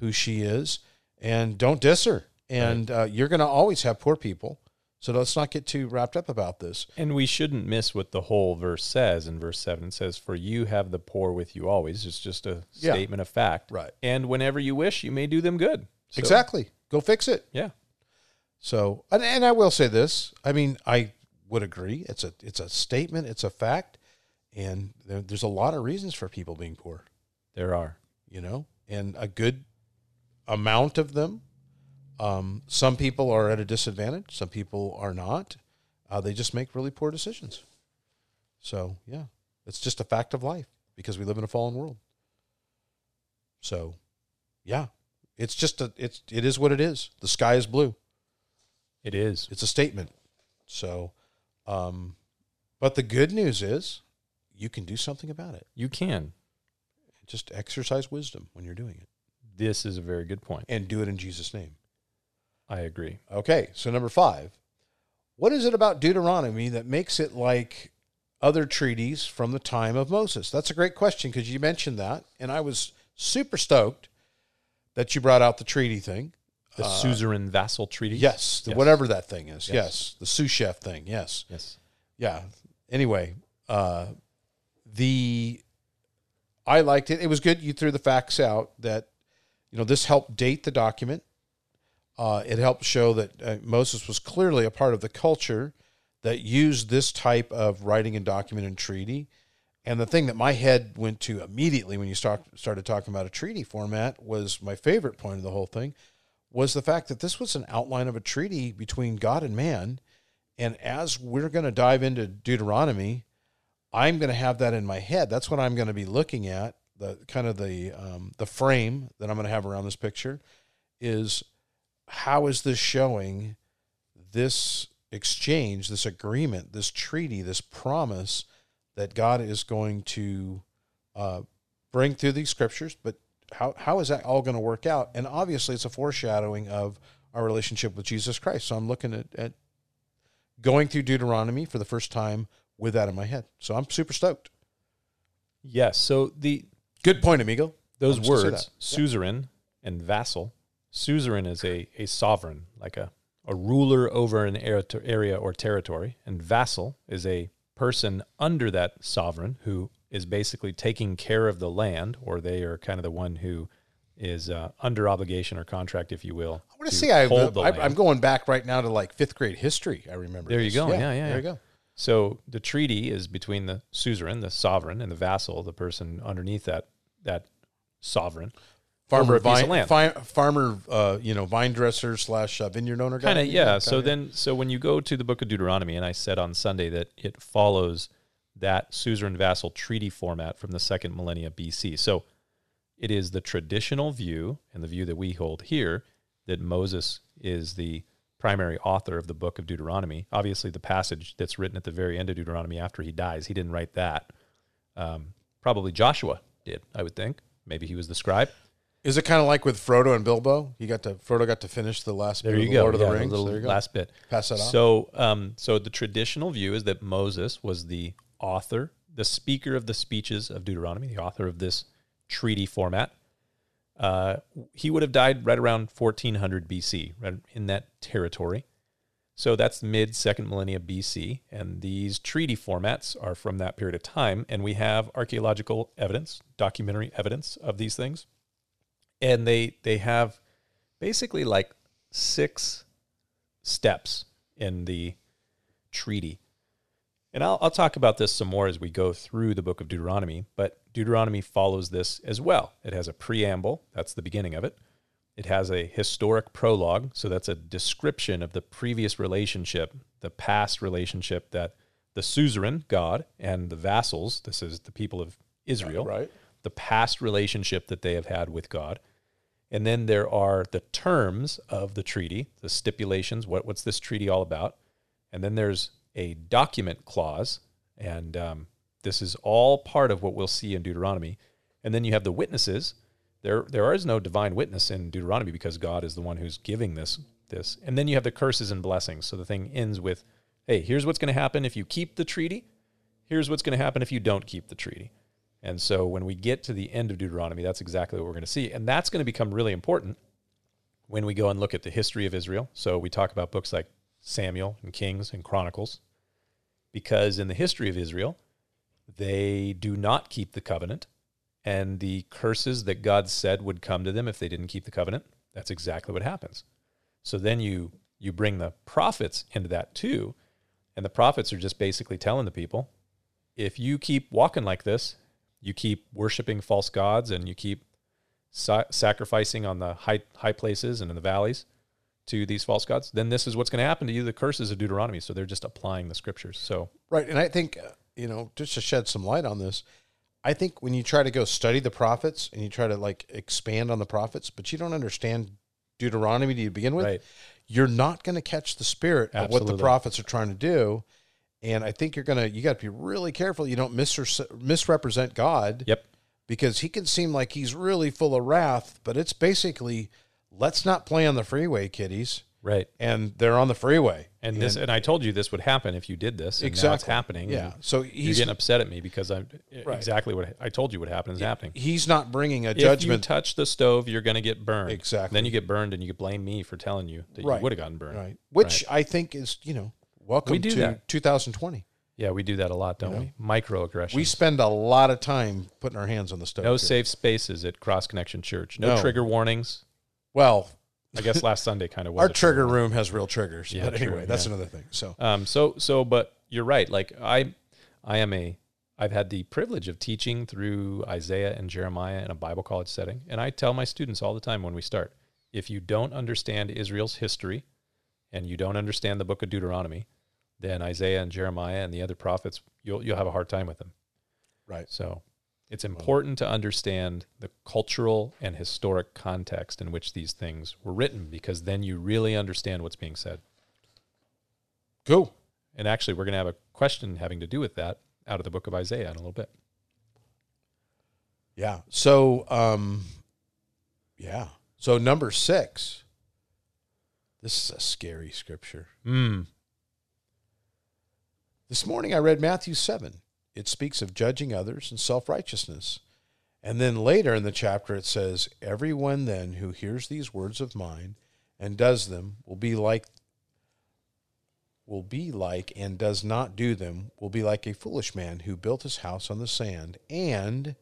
B: who she is, and don't diss her. And uh, you're going to always have poor people. So let's not get too wrapped up about this.
A: And we shouldn't miss what the whole verse says in verse 7. It says, For you have the poor with you always. It's just a
B: Yeah.
A: statement of fact.
B: Right.
A: And whenever you wish, you may do them good. So,
B: exactly. Go fix it.
A: Yeah.
B: So, and, and I will say this. I mean, I would agree. It's a it's a statement. It's a fact, and there, there's a lot of reasons for people being poor.
A: There are.
B: You know, and a good amount of them. Um, some people are at a disadvantage. Some people are not. Uh, they just make really poor decisions. So yeah, it's just a fact of life because we live in a fallen world. So, yeah, it's just a it's it is what it is. The sky is blue
A: It is.
B: it's a statement. So, um, but the good news is you can do something about it.
A: You can.
B: Just exercise wisdom when you're doing it
A: This is a very good point.
B: and do it in Jesus' name.
A: I agree.
B: Okay, so number five. What is it about Deuteronomy that makes it like other treaties from the time of Moses? That's a great question because you mentioned that, and I was super stoked that you brought out the treaty thing.
A: The
B: Uh,
A: suzerain vassal treaty.
B: Yes, the
A: Yes.
B: whatever that thing is.
A: Yes.
B: yes, the sous chef thing. Yes.
A: Yes.
B: yeah. Anyway, uh, the I liked it. It was good. You threw the facts out that you know this helped date the document. Uh, it helped show that uh, Moses was clearly a part of the culture that used this type of writing and document and treaty. And the thing that my head went to immediately when you start, started talking about a treaty format was my favorite point of the whole thing was the fact that this was an outline of a treaty between God and man. And as we're going to dive into Deuteronomy, I'm going to have that in my head. That's what I'm going to be looking at. The kind of the um, the frame that I'm going to have around this picture is how is this showing this exchange, this agreement, this treaty, this promise that God is going to uh, bring through these scriptures, but how, how is that all going to work out? And obviously, it's a foreshadowing of our relationship with Jesus Christ. So I'm looking at, at going through Deuteronomy for the first time with that in my head. So I'm super stoked.
A: Yes. So the
B: Good point, amigo.
A: those
B: I'm Oh, just gonna say
A: words,
B: that.
A: suzerain and vassal. Suzerain is a, a sovereign, like a, a ruler over an area ter- area or territory, and vassal is a person under that sovereign who is basically taking care of the land, or they are kind of the one who is uh, under obligation or contract, if you will.
B: I want to
A: to
B: say I, uh,
A: hold the
B: I, I'm
A: land.
B: going back right now to like fifth grade history. I remember.
A: There you
B: this.
A: go. Yeah, yeah,
B: There
A: yeah.
B: you go.
A: So the treaty is between the suzerain, the sovereign, and the vassal, the person underneath that that sovereign. Over
B: Farmer
A: a piece of
B: vine,
A: land.
B: fi- farmer, uh, you know, vine dresser slash uh, vineyard owner guy.
A: kind of yeah so
B: kinda,
A: then so when you go to the book of deuteronomy and i said on sunday that it follows that suzerain vassal treaty format from the second millennia bc so it is the traditional view and the view that we hold here that moses is the primary author of the book of deuteronomy obviously the passage that's written at the very end of deuteronomy after he dies he didn't write that um, probably joshua did i would think maybe he was the scribe
B: Is it kind of like with Frodo and Bilbo? He got to Frodo got to finish the last
A: there
B: bit
A: you
B: of the
A: go
B: Lord of
A: Yeah,
B: the Rings.
A: little
B: there you go.
A: last bit
B: Pass that on.
A: So, um, so the traditional view is that Moses was the author, the speaker of the speeches of Deuteronomy, the author of this treaty format. Uh, he would have died right around 1400 BC, right in that territory. So that's mid second millennia BC, and these treaty formats are from that period of time. And we have archaeological evidence, documentary evidence of these things, and they they have basically like six steps in the treaty. And I'll, I'll talk about this some more as we go through the book of Deuteronomy, but Deuteronomy follows this as well. It has a preamble, that's the beginning of it. It has a historic prologue, so that's a description of the previous relationship, the past relationship that the suzerain, God, and the vassals, this is the people of Israel,
B: Right.
A: the past relationship that they have had with God. And then there are the terms of the treaty, the stipulations. What, what's this treaty all about? And then there's a document clause. And um, this is all part of what we'll see in Deuteronomy. And then you have the witnesses. There, there is no divine witness in Deuteronomy because God is the one who's giving this. this. And then you have the curses and blessings. So the thing ends with hey, here's what's going to happen if you keep the treaty. Here's what's going to happen if you don't keep the treaty. And so when we get to the end of Deuteronomy, that's exactly what we're going to see. And that's going to become really important when we go and look at the history of Israel. So we talk about books like Samuel and Kings and Chronicles, because in the history of Israel, they do not keep the covenant. And the curses that God said would come to them if they didn't keep the covenant, that's exactly what happens. So then you you bring the prophets into that too. And the prophets are just basically telling the people, if you keep walking like this, you keep worshiping false gods and you keep sa- sacrificing on the high high places and in the valleys to these false gods, then this is what's going to happen to you. The curses of Deuteronomy. So they're just applying the scriptures. So
B: Right. And I think, uh, you know, just to shed some light on this, I think when you try to go study the prophets and you try to like expand on the prophets, but you don't understand Deuteronomy to begin with,
A: Right.
B: you're not going to catch the spirit of what
A: Absolutely.
B: the prophets are trying to do. And I think you're going to, you got to be really careful. You don't mis- misrepresent God
A: yep,
B: because he can seem like he's really full of wrath, but it's basically, let's not play on the freeway, kiddies.
A: right.
B: And they're on the freeway.
A: And this and I told you this would happen if you did this. And Now it's
B: Exactly.
A: happening.
B: Yeah.
A: And
B: So
A: You're
B: he's
A: getting upset at me because I'm e,
B: Right.
A: exactly what I told you would happen is happening.
B: he's not bringing a
A: If you
B: judgment
A: touch the stove, you're going to get burned.
B: Exactly.
A: Then you get burned, and you could blame me for telling you that
B: Right.
A: you would have gotten burned.
B: right which i think is you know welcome
A: We do
B: to
A: that.
B: 2020
A: Yeah, we do that a lot, don't we? Microaggressions.
B: we spend a lot of time putting our hands on the stove
A: no
B: here.
A: safe spaces at Cross Connection Church. No,
B: No.
A: trigger warnings.
B: well
A: I guess last Sunday
B: *laughs*
A: kind of was
B: our
A: a
B: trigger room has real triggers
A: Yeah,
B: but
A: true,
B: anyway that's
A: yeah.
B: another thing so
A: Um, so so, but you're right. Like I, I am a. I've had the privilege of teaching through Isaiah and Jeremiah in a Bible college setting, and I tell my students all the time when we start, if you don't understand Israel's history, and you don't understand the Book of Deuteronomy, then Isaiah and Jeremiah and the other prophets, you'll you'll have a hard time with them.
B: right
A: So. It's important to understand the cultural and historic context in which these things were written because then you really understand what's being said.
B: cool
A: And actually, we're going to have a question having to do with that out of the book of Isaiah in a little bit.
B: yeah so um yeah so number six this is a scary scripture
A: Mm.
B: This morning I read Matthew 7. It speaks of judging others and self righteousness. And then later in the chapter it says, Everyone then who hears these words of mine and does them will be like will be like and does not do them will be like a foolish man who built his house on the sand and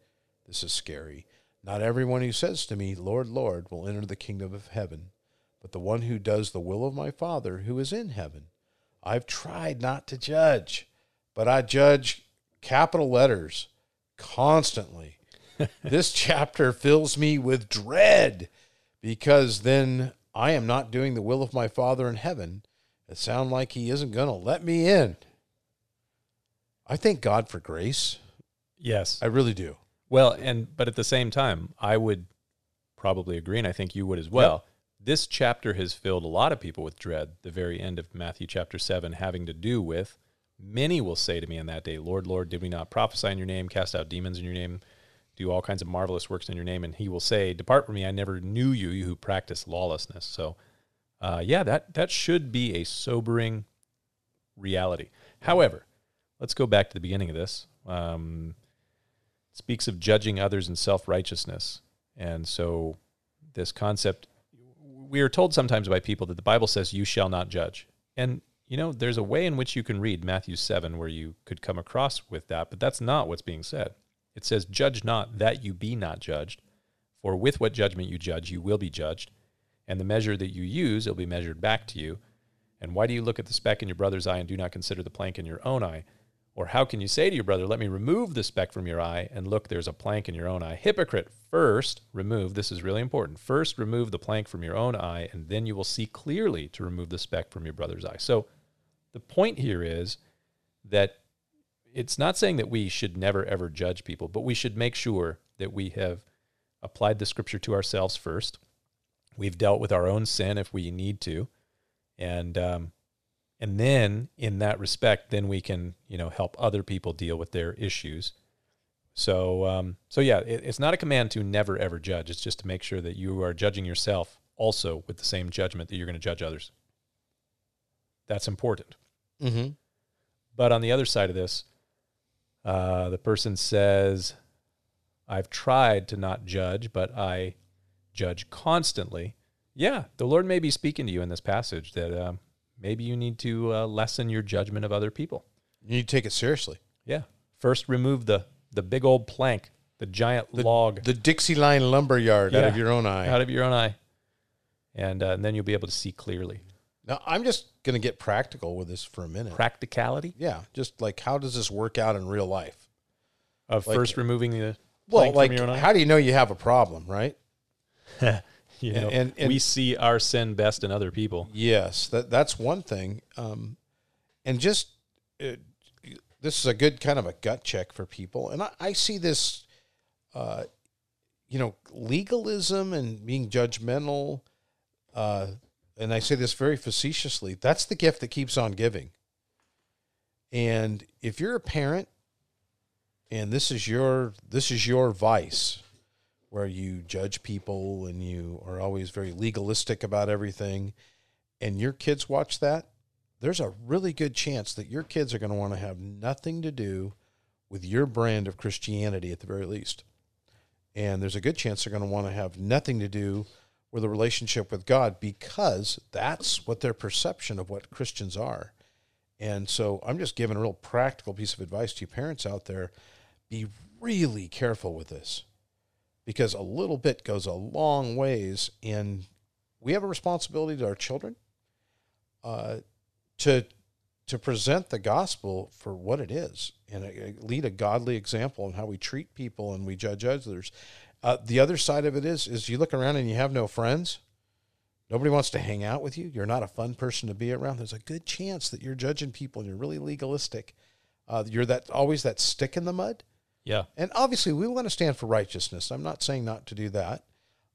B: this is scary not everyone who says to me lord lord will enter the kingdom of heaven but the one who does the will of my father who is in heaven I've tried not to judge, but I judge capital letters
A: *laughs*
B: constantly. this chapter fills me with dread because then I am not doing the will of my Father in heaven. It sounds like He isn't going to let me in. I thank God for grace.
A: Yes.
B: I really do.
A: well, and but at the same time, I would probably agree, and I think you would as well. This chapter has filled a lot of people with dread. The very end of Matthew chapter seven, having to do with many will say to me on that day, Lord, Lord, did we not prophesy in your name, cast out demons in your name, do all kinds of marvelous works in your name? And he will say, Depart from me, I never knew you, you who practice lawlessness. So, uh, yeah, that that should be a sobering reality. However, let's go back to the beginning of this. Um, it speaks of judging others in self righteousness, and so this concept we are told sometimes by people that the Bible says you shall not judge, and you know there's a way in which you can read Matthew seven where you could come across with that, but that's not what's being said. It says, "Judge not, that you be not judged, for with what judgment you judge, you will be judged, and the measure that you use, it'll be measured back to you." And why do you look at the speck in your brother's eye and do not consider the plank in your own eye? Or how can you say to your brother, Let me remove the speck from your eye, and look, there's a plank in your own eye? Hypocrite, first remove, this is really important, first remove the plank from your own eye, and then you will see clearly to remove the speck from your brother's eye. So the point here is that it's not saying that we should never ever judge people, but we should make sure that we have applied the scripture to ourselves first. We've dealt with our own sin if we need to, and um, and then in that respect, then we can you know help other people deal with their issues. So um, so yeah, it, it's not a command to never ever judge. It's just to make sure that you are judging yourself also with the same judgment that you're going to judge others. That's important.
B: Mm-hmm.
A: But on the other side of this, uh, the person says, I've tried to not judge, but I judge constantly. Yeah, the Lord may be speaking to you in this passage that um, maybe you need to uh, lessen your judgment of other people.
B: You need to take it seriously.
A: Yeah. First, remove the, the big old plank, the giant log
B: The Dixie Line lumber yard out of
A: Yeah.
B: your own eye.
A: out of your own eye. And, uh, and then you'll be able to see clearly.
B: Now, I'm just going to get practical with this for a minute.
A: Practicality
B: yeah, just like how does this work out in real life?
A: of
B: Like-
A: first removing the
B: Well,
A: plank
B: like
A: from your own eye.
B: how do you know you have a problem, right?
A: *laughs* You
B: and-
A: know,
B: and- and-
A: we see our sin best in other people.
B: Yes, that that's one thing. Um, and just uh this is a good kind of a gut check for people. And I, I see this, uh, you know, legalism and being judgmental. Uh, and I say this very facetiously. That's the gift that keeps on giving. And if you're a parent, and this is your this is your vice, where you judge people and you are always very legalistic about everything and your kids watch that, there's a really good chance that your kids are going to want to have nothing to do with your brand of Christianity at the very least. And there's a good chance they're going to want to have nothing to do with a relationship with God because that's what their perception of what Christians are. And so I'm just giving a real practical piece of advice to you parents out there be really careful with this because a little bit goes a long ways in we have a responsibility to our children uh, to to present the gospel for what it is and uh, lead a godly example in how we treat people and we judge others. Uh, the other side of it is is you look around and you have no friends. Nobody wants to hang out with you. You're not a fun person to be around. There's a good chance that you're judging people and you're really legalistic. Uh, you're that always that stick in the mud.
A: Yeah.
B: And obviously, we want to stand for righteousness. I'm not saying not to do that,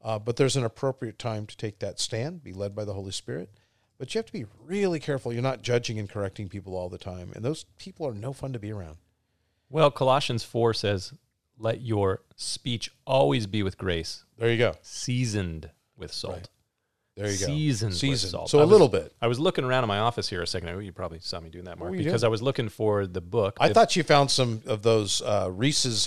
B: uh, but there's an appropriate time to take that stand, be led by the Holy Spirit. But you have to be really careful. You're not judging and correcting people all the time. And those people are no fun to be around.
A: Well, Colossians 4 says, Let your speech always be with grace,
B: There you go.
A: seasoned with salt.
B: There you
A: Seasoned
B: go.
A: with salt.
B: So
A: I
B: a
A: was-
B: little bit.
A: I was looking around in my office here a second ago. You probably saw me doing that, Mark,
B: you
A: because I
B: doing?
A: was looking for the book.
B: Oh, I
A: that-
B: thought you found some of those uh, Reese's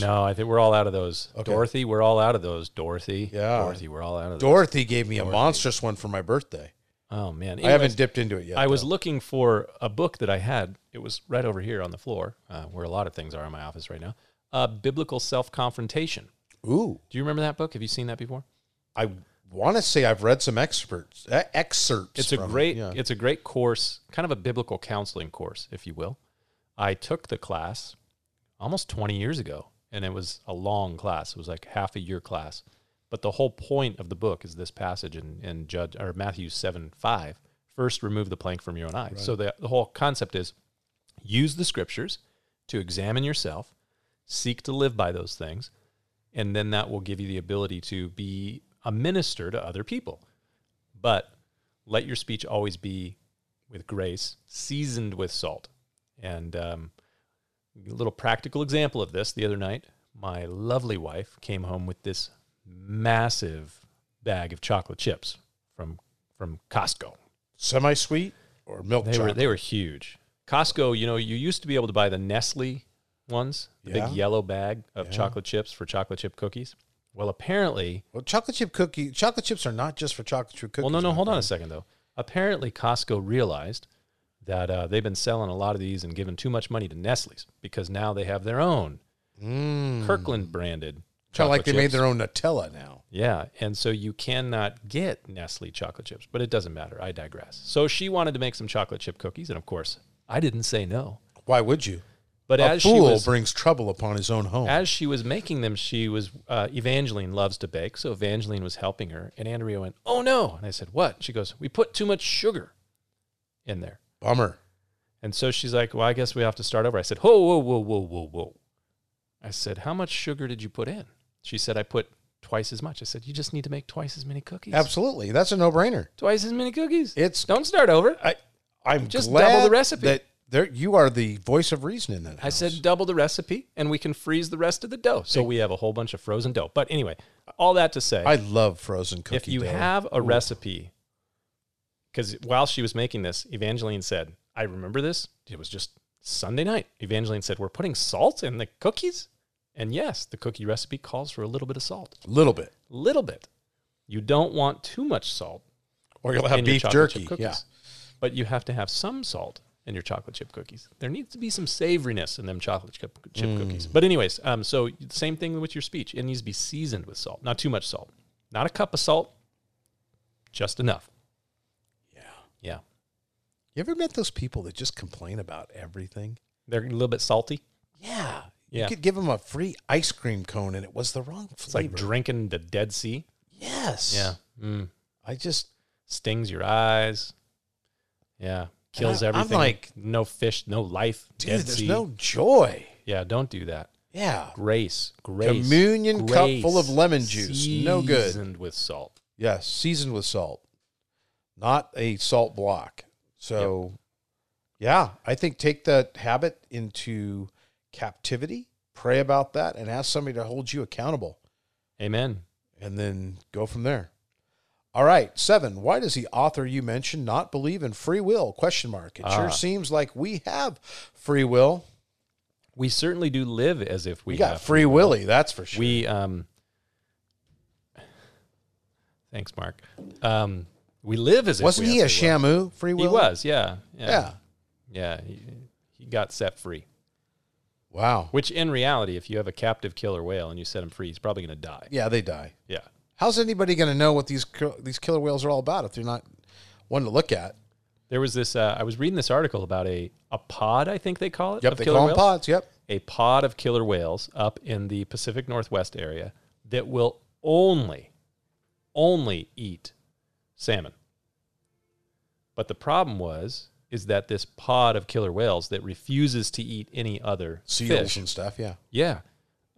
A: *laughs* No, I think we're all out of those.
B: Okay.
A: Dorothy, we're all out of those. Dorothy.
B: Yeah.
A: Dorothy, we're all out of those.
B: Dorothy gave me a monstrous one for my birthday.
A: oh, man.
B: I
A: Anyways,
B: haven't dipped into it yet.
A: I was looking for a book that I had. It was right over here on the floor, uh, where a lot of things are in my office right now. Uh, Biblical Self Confrontation.
B: though. Ooh.
A: Do you remember that book? Have you seen that before?
B: I want to say I've read some experts, uh, excerpts.
A: It's a
B: from it.
A: great
B: Yeah.
A: it's a great course, kind of a biblical counseling course, if you will. I took the class almost 20 years ago, and it was a long class. It was like half a year class. But the whole point of the book is this passage in, in Judge or Matthew 7 5. First remove the plank from your own eye. So the, the whole concept is use the scriptures to examine yourself, seek to live by those things, and then that will give you the ability to be a minister to other people. But let your speech always be with grace, seasoned with salt. And um, a little practical example of this the other night, my lovely wife came home with this massive bag of chocolate chips from from Costco.
B: semi sweet or milk
A: They were
B: chocolate.
A: they were huge. Costco, you know, you used to be able to buy the Nestle ones, the
B: Yeah.
A: big yellow bag of chocolate chips for chocolate chip cookies. Well, apparently,
B: Well, chocolate chip cookie, chocolate chips are not just for chocolate chip cookies.
A: well, no, no, hold on a second though. Apparently, Costco realized that uh, they've been selling a lot of these and giving too much money to Nestle's because now they have their own
B: Mm.
A: Kirkland branded.
B: Kind of like
A: chocolate
B: they made
A: chips.
B: their own Nutella now.
A: Yeah, and so you cannot get Nestle chocolate chips, but it doesn't matter. I digress. So she wanted to make some chocolate chip cookies, and of course, I didn't say no.
B: Why would you?
A: But
B: a
A: as she
B: fool
A: was
B: brings trouble upon his own home.
A: as she was making them, she was uh, Evangeline loves to bake, so Evangeline was helping her, and Andrea went, "Oh no!" And I said, "What?" She goes, "We put too much sugar in there."
B: Bummer.
A: And so she's like, "Well, I guess we have to start over." I said, "Whoa, whoa, whoa, whoa, whoa, whoa!" I said, "How much sugar did you put in?" She said, "I put twice as much." I said, "You just need to make twice as many cookies.
B: Absolutely. That's a no-brainer.
A: Twice as many cookies.
B: It's
A: Don't start over."
B: I I'm
A: Just
B: glad
A: double the recipe.
B: That there you are the voice of reason in that.
A: I
B: house.
A: said double the recipe, and we can freeze the rest of the dough. So we have a whole bunch of frozen dough. But anyway, all that to say,
B: I love frozen cookie
A: if you
B: dough.
A: have a recipe, because while she was making this, Evangeline said, I remember this. It was just Sunday night. Evangeline said, We're putting salt in the cookies. And yes, the cookie recipe calls for a little bit of salt.
B: a little bit,
A: Little bit. You don't want too much salt
B: or you'll have
A: in your
B: beef
A: chocolate
B: jerky.
A: chip cookies.
B: Yeah.
A: But you have to have some salt in your chocolate chip cookies. There needs to be some savoriness in them chocolate chip, chip
B: Mm.
A: cookies. But anyways, um, so same thing with your speech. It needs to be seasoned with salt, not too much salt, not a cup of salt, just enough.
B: Yeah.
A: Yeah,
B: You ever met those people that just complain about everything?
A: they're a little bit salty.
B: Yeah.
A: Yeah.
B: You could give them a free ice cream cone and it was the wrong
A: It's
B: flavor.
A: like drinking the Dead Sea.
B: yes.
A: mm.
B: I just
A: stings your eyes. Yeah, kills
B: I- I'm
A: everything.
B: like-
A: no fish, no life.
B: dude,
A: Dead
B: there's
A: Sea.
B: no joy.
A: yeah, don't do that.
B: Yeah.
A: Grace, grace,
B: Communion cup full of lemon juice. No good.
A: seasoned with salt.
B: Yes, seasoned with salt, not a salt block. So, yeah, I think take that habit into captivity, pray about that, and ask somebody to hold you accountable,
A: Amen.
B: and then go from there. All right, seven. Why does the author you mentioned not believe in free will? Question mark. It
A: Ah.
B: sure seems like we have free will.
A: We certainly do live as if
B: We,
A: we
B: got
A: have-
B: free willy, that's for sure.
A: We um. Thanks, Mark. Um, we live as if
B: Wasn't
A: we
B: he a
A: have free will.
B: Shamu free will?
A: He was, yeah, yeah,
B: Yeah.
A: yeah. He, he got set free.
B: Wow.
A: Which, in reality, if you have a captive killer whale and you set him free, he's probably going to die.
B: Yeah, they die.
A: Yeah,
B: How's anybody going to know what these kill- these killer whales are all about if they're not one to look at?
A: there was this. Uh, I was reading this article about a a pod. I think they call it.
B: Yep,
A: of
B: they
A: killer
B: call them
A: whales.
B: pods. Yep,
A: a pod of killer whales up in the Pacific Northwest area that will only, only eat salmon. But the problem was is that this pod of killer whales that refuses to eat any other
B: seals
A: fish.
B: and stuff. Yeah,
A: Yeah,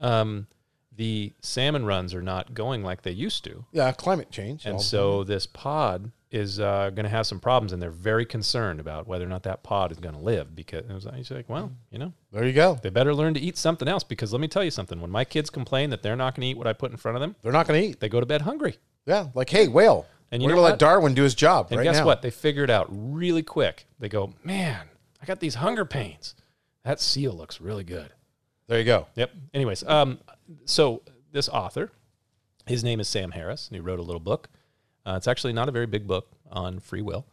A: um, the salmon runs are not going like they used to,
B: yeah. Climate change.
A: and
B: all-
A: so this pod is uh, going to have some problems, and they're very concerned about whether or not that pod is going to live. Because it was, he's like, well, you know,
B: there you go.
A: they better learn to eat something else because let me tell you something. When my kids complain that they're not going to eat what I put in front of them,
B: They're not going to eat.
A: they go to bed hungry.
B: Yeah, like hey, whale.
A: And
B: And
A: you
B: we're
A: know
B: going to
A: what?
B: let Darwin do his job
A: And
B: right
A: guess
B: now.
A: what? They figure it out really quick. They go, man, I got these hunger pains. That seal looks really good.
B: There you go.
A: Yep. Anyways, um, so this author, his name is Sam Harris, and he wrote a little book. Uh, it's actually not a very big book on free will,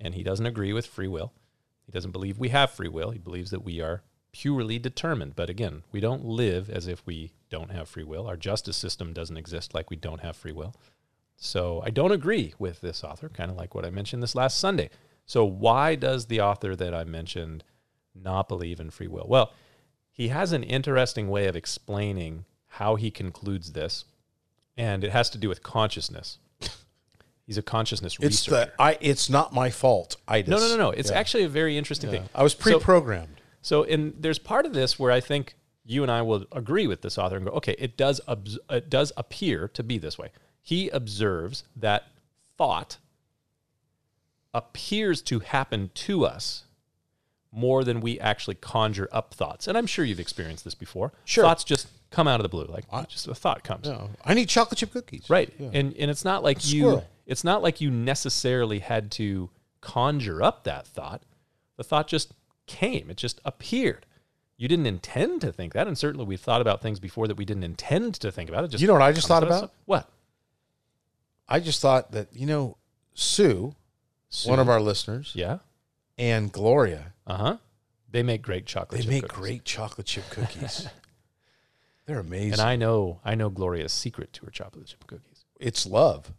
A: and he doesn't agree with free will. He doesn't believe we have free will. He believes that we are purely determined. But again, we don't live as if we don't have free will. Our justice system doesn't exist like we don't have free will. So I don't agree with this author, kind of like what I mentioned this last Sunday. So why does the author that I mentioned not believe in free will? Well, he has an interesting way of explaining how he concludes this, and it has to do with consciousness. *coughs* He's a consciousness
B: It's
A: researcher.
B: the I. It's not my fault. I just
A: no, no, no, no. It's actually a very interesting thing.
B: I was
A: So-
B: pre-programmed.
A: so, and there's part of this where I think you and I will agree with this author and go, okay, it does obs- it does appear to be this way. He observes that thought appears to happen to us more than we actually conjure up thoughts. And I'm sure you've experienced this before.
B: Sure.
A: Thoughts just come out of the blue, like just a thought comes.
B: No, I need chocolate chip cookies.
A: Right. And and it's not like you
B: squirrel.
A: it's not like you necessarily had to conjure up that thought. The thought just came. It just appeared. You didn't intend to think that, and certainly we've thought about things before that we didn't intend to think about. It just
B: You know what I just
A: comes
B: thought
A: to us.
B: about?
A: What?
B: I just thought that you know Sue, one of our listeners,
A: Yeah.
B: and Gloria,
A: Uh-huh. They make great chocolate.
B: they
A: chip
B: make
A: cookies.
B: great chocolate
A: *laughs*
B: chip cookies. They're amazing.
A: And I know I know Gloria's secret to her chocolate chip cookies.
B: it's love.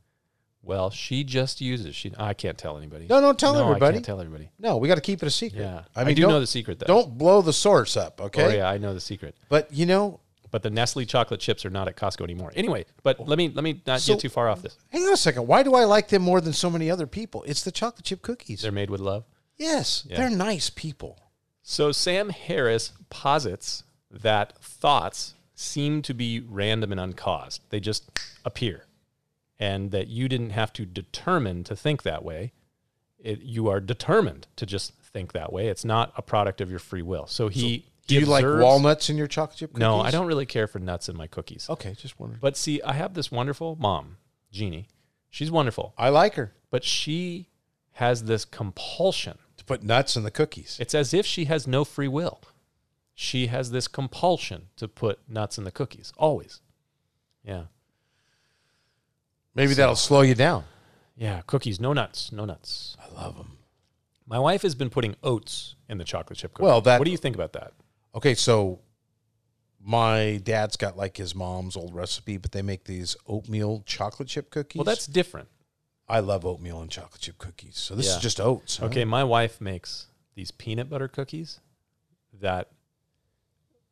A: Well, she just uses. She. I can't tell anybody.
B: No, don't tell
A: No, I
B: everybody.
A: can't tell everybody.
B: no, we got to keep it a secret.
A: Yeah,
B: I mean,
A: do
B: don't,
A: know the secret though.
B: don't blow the source up,
A: Oh
B: okay?
A: yeah, I know the secret.
B: But you know,
A: But the Nestle chocolate chips are not at Costco anymore. Anyway, but let me let me not
B: So-
A: get too far off this.
B: hang on a second. Why do I like them more than so many other people? It's the chocolate chip cookies.
A: They're made with love.
B: yes,
A: Yeah.
B: they're nice people.
A: So Sam Harris posits that thoughts seem to be random and uncaused. They just appear. And that you didn't have to determine to think that way. It, you are determined to just think that way. It's not a product of your free will. So he
B: Do
A: he
B: you like
A: observes-
B: walnuts in your chocolate chip cookies? Oh.
A: No, I don't really care for nuts in my cookies.
B: Okay, just wondering.
A: But see, I have this wonderful mom, Jeannie. She's wonderful,
B: I like her
A: but she has this compulsion
B: to put nuts in the cookies.
A: it's as if she has no free will. She has this compulsion to put nuts in the cookies always. Yeah.
B: Maybe that'll slow you down.
A: Yeah. Cookies, no nuts, no nuts.
B: I love them.
A: My wife has been putting oats in the chocolate chip cookies.
B: Well, that-
A: What do you think about that?
B: Okay, so my dad's got like his mom's old recipe, but they make these oatmeal chocolate chip cookies.
A: Well, that's different.
B: I love oatmeal and chocolate chip cookies. So this
A: Yeah.
B: is just oats. huh?
A: Okay. My wife makes these peanut butter cookies that,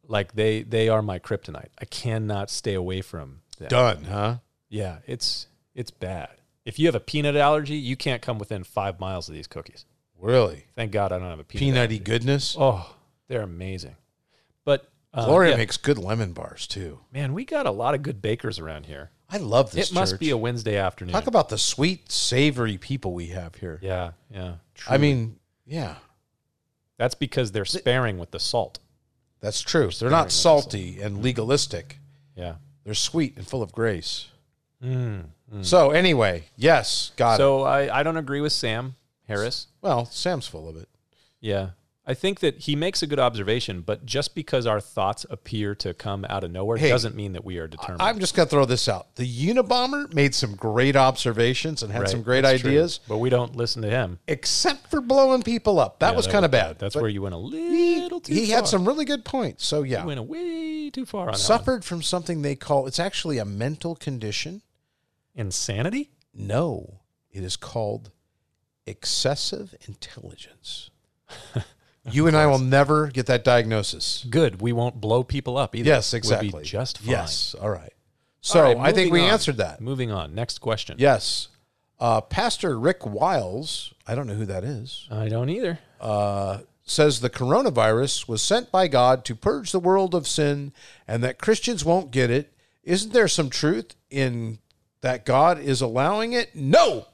A: like, they they are my kryptonite. I cannot stay away from them.
B: done, huh?
A: Yeah. It's it's bad. If you have a peanut allergy, you can't come within five miles of these cookies.
B: Really,
A: Thank God I don't have a peanut. allergy.
B: peanutty goodness.
A: Oh, they're amazing. But uh,
B: Gloria
A: yeah,
B: makes good lemon bars too.
A: man, we got a lot of good bakers around here.
B: I love this.
A: it must
B: church.
A: be a Wednesday afternoon.
B: talk about the sweet, savory people we have here.
A: yeah, yeah.
B: I mean, yeah,
A: That's because they're sparing with the salt.
B: that's true. They're
A: Sparing
B: not
A: with salt.
B: salty and legalistic.
A: Yeah.
B: They're sweet and full of grace.
A: Mm.
B: So anyway, yes, got it.
A: So I, I don't agree with Sam Harris.
B: Well, Sam's full of it.
A: Yeah. I think that he makes a good observation, but just because our thoughts appear to come out of nowhere
B: Hey,
A: doesn't mean that we are determined.
B: I'm just going to throw this out. The Unabomber made some great observations and had
A: Right,
B: some great
A: that's true.
B: ideas,
A: but we don't listen to him.
B: except for blowing people up. That
A: Yeah,
B: was
A: that
B: kind
A: was
B: of bad.
A: That's
B: But
A: where you went a little too.
B: he, he had
A: far.
B: some really good points. So
A: You
B: yeah,
A: went way too far on that one.
B: suffered from something they call it's actually a mental condition.
A: insanity.
B: No, it is called excessive
A: *laughs*
B: intelligence. you and I will never get that diagnosis.
A: good. We won't blow people up either.
B: Yes,
A: We'll be
B: exactly.
A: just fine.
B: Yes, all right. So
A: All right,
B: I think
A: moving
B: we
A: on.
B: answered that.
A: Moving on. Next question.
B: Yes. Uh, Pastor Rick Wiles, I don't know who that is,
A: I don't either.
B: uh, says the coronavirus was sent by God to purge the world of sin and that Christians won't get it. Isn't there some truth in that God is allowing it? No.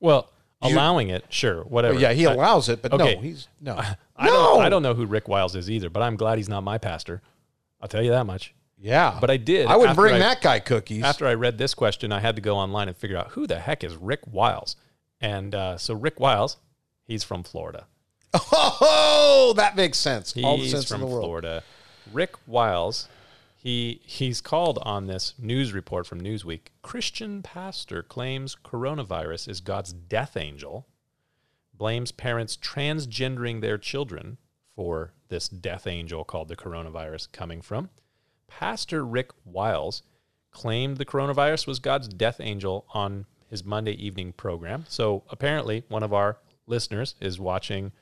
A: Well, allowing it, sure, whatever.
B: Yeah, he
A: I,
B: allows it, but
A: okay.
B: no, he's no.
A: I don't. I don't know who Rick Wiles is either, but I'm glad he's not my pastor. I'll tell you that much.
B: Yeah.
A: But I did.
B: I wouldn't
A: after
B: bring
A: I-
B: that guy cookies.
A: After I read this question, I had to go online and figure out who the heck is Rick Wiles. And uh, so Rick Wiles, he's from Florida.
B: *laughs* oh, that makes sense.
A: He's
B: All the sense
A: from
B: in the world.
A: Florida. Rick Wiles, he he's called on this news report from Newsweek. Christian pastor claims coronavirus is God's death angel, blames parents transgendering their children for this death angel called the coronavirus coming from. Pastor Rick Wiles claimed the coronavirus was God's death angel on his Monday evening program. So apparently, one of our listeners is watching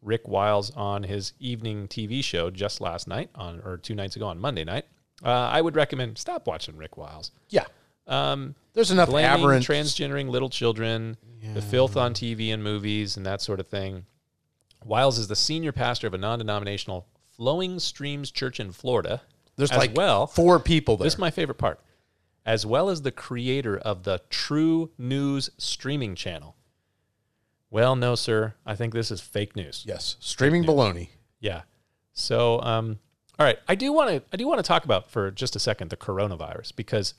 A: Rick Wiles on his evening TV show just last night on or two nights ago on Monday night. Uh, I would recommend stop watching Rick Wiles.
B: Yeah.
A: Um,
B: There's enough
A: blaming
B: aberrant.
A: transgendering little children, the filth on TV and movies, and that sort of thing. Wiles is the senior pastor of a non-denominational Flowing Streams Church in Florida.
B: there's
A: as
B: like
A: well,
B: four people there.
A: this is my favorite part. As well as the creator of the True News streaming channel. Well, no, sir. I think this is fake news.
B: yes. Streaming baloney.
A: Yeah. So, um, all right. I do want to. I do want to talk about for just a second the coronavirus because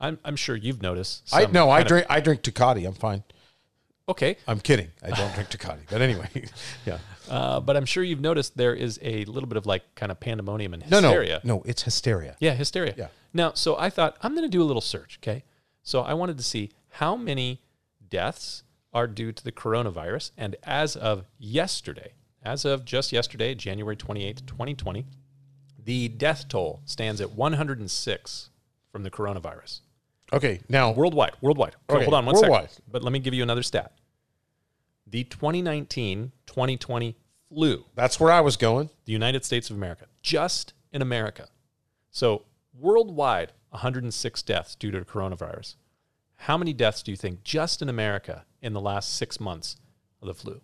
A: I'm. I'm sure you've noticed.
B: I
A: some
B: no, I
A: kind of-
B: drink I drink Ducati. I'm fine.
A: okay.
B: I'm kidding. I don't drink Ducati. But anyway, yeah.
A: Uh, but I'm sure you've noticed there is a little bit of like kind of pandemonium and
B: *laughs* No, no,
A: hysteria.
B: no. It's hysteria.
A: Yeah, hysteria.
B: Yeah.
A: Now, so I thought I'm going to do a little search. Okay. So I wanted to see how many deaths are due to the coronavirus. And as of yesterday, as of just yesterday, January 28th, 2020, the death toll stands at 106 from the coronavirus.
B: Okay, now
A: Worldwide, worldwide. Okay,
B: Okay,
A: hold on one second.
B: worldwide.
A: But let me give you another stat. The 2019 2020 flu,
B: that's where I was going.
A: the United States of America, just in America. So, worldwide, 106 deaths due to coronavirus. How many deaths do you think just in America in the last six months of the flu?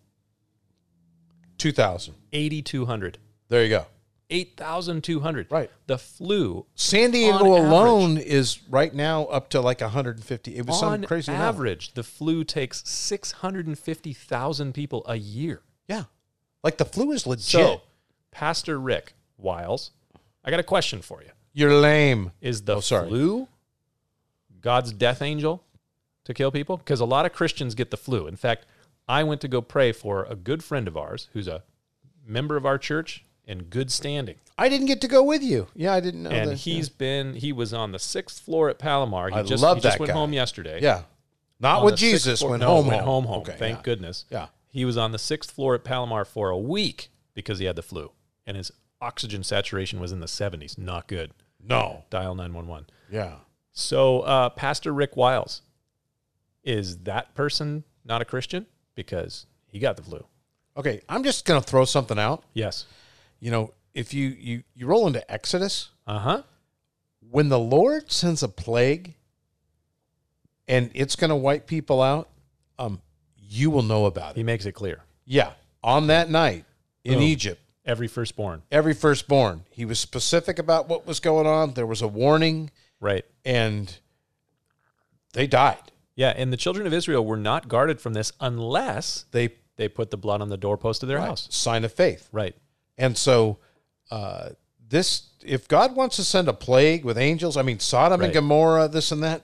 B: 2000.
A: 8,200.
B: There you go.
A: 8,200.
B: Right.
A: The flu
B: San Diego
A: On average.
B: alone is right now up to like 150. It was
A: on
B: some crazy number.
A: average, the flu takes 650,000 people a year.
B: Yeah. Like the flu is legit.
A: So, Pastor Rick Wiles, I got a question for you.
B: You're lame.
A: Is the
B: Oh, sorry.
A: flu God's death angel to kill people? Because a lot of Christians get the flu. In fact, I went to go pray for a good friend of ours who's a member of our church in good standing.
B: I didn't get to go with you. Oh, Yeah, I didn't know
A: and
B: that.
A: he's been, he was on the sixth floor at Palomar. He
B: I
A: just,
B: love
A: he just
B: that
A: went
B: guy.
A: home yesterday.
B: Yeah. Not
A: on
B: with
A: the sixth
B: Jesus.
A: floor-
B: Went
A: no,
B: home.
A: Went home, home. Thank
B: yeah.
A: goodness.
B: Yeah.
A: He was on the sixth floor at Palomar for a week because he had the flu, and his oxygen saturation was in the 70s. Not good.
B: No.
A: Dial 911.
B: Yeah.
A: So, uh, Pastor Rick Wiles, is that person not a Christian? Because he got the flu.
B: Okay. I'm just going to throw something out.
A: Yes.
B: You know, if you you you roll into Exodus,
A: Uh huh.
B: when the Lord sends a plague and it's going to wipe people out, um you will know about
A: He
B: it.
A: makes it clear.
B: Yeah. On that night in
A: Boom.
B: Egypt,
A: Every firstborn.
B: every firstborn, he was specific about what was going on. There was a warning.
A: Right.
B: and they died.
A: Yeah. And the children of Israel were not guarded from this unless
B: They
A: they put the blood on the doorpost of their house.
B: sign of faith,
A: Right.
B: and so uh, this. If God wants to send a plague with angels, I mean Sodom
A: Right.
B: and Gomorrah, this and that,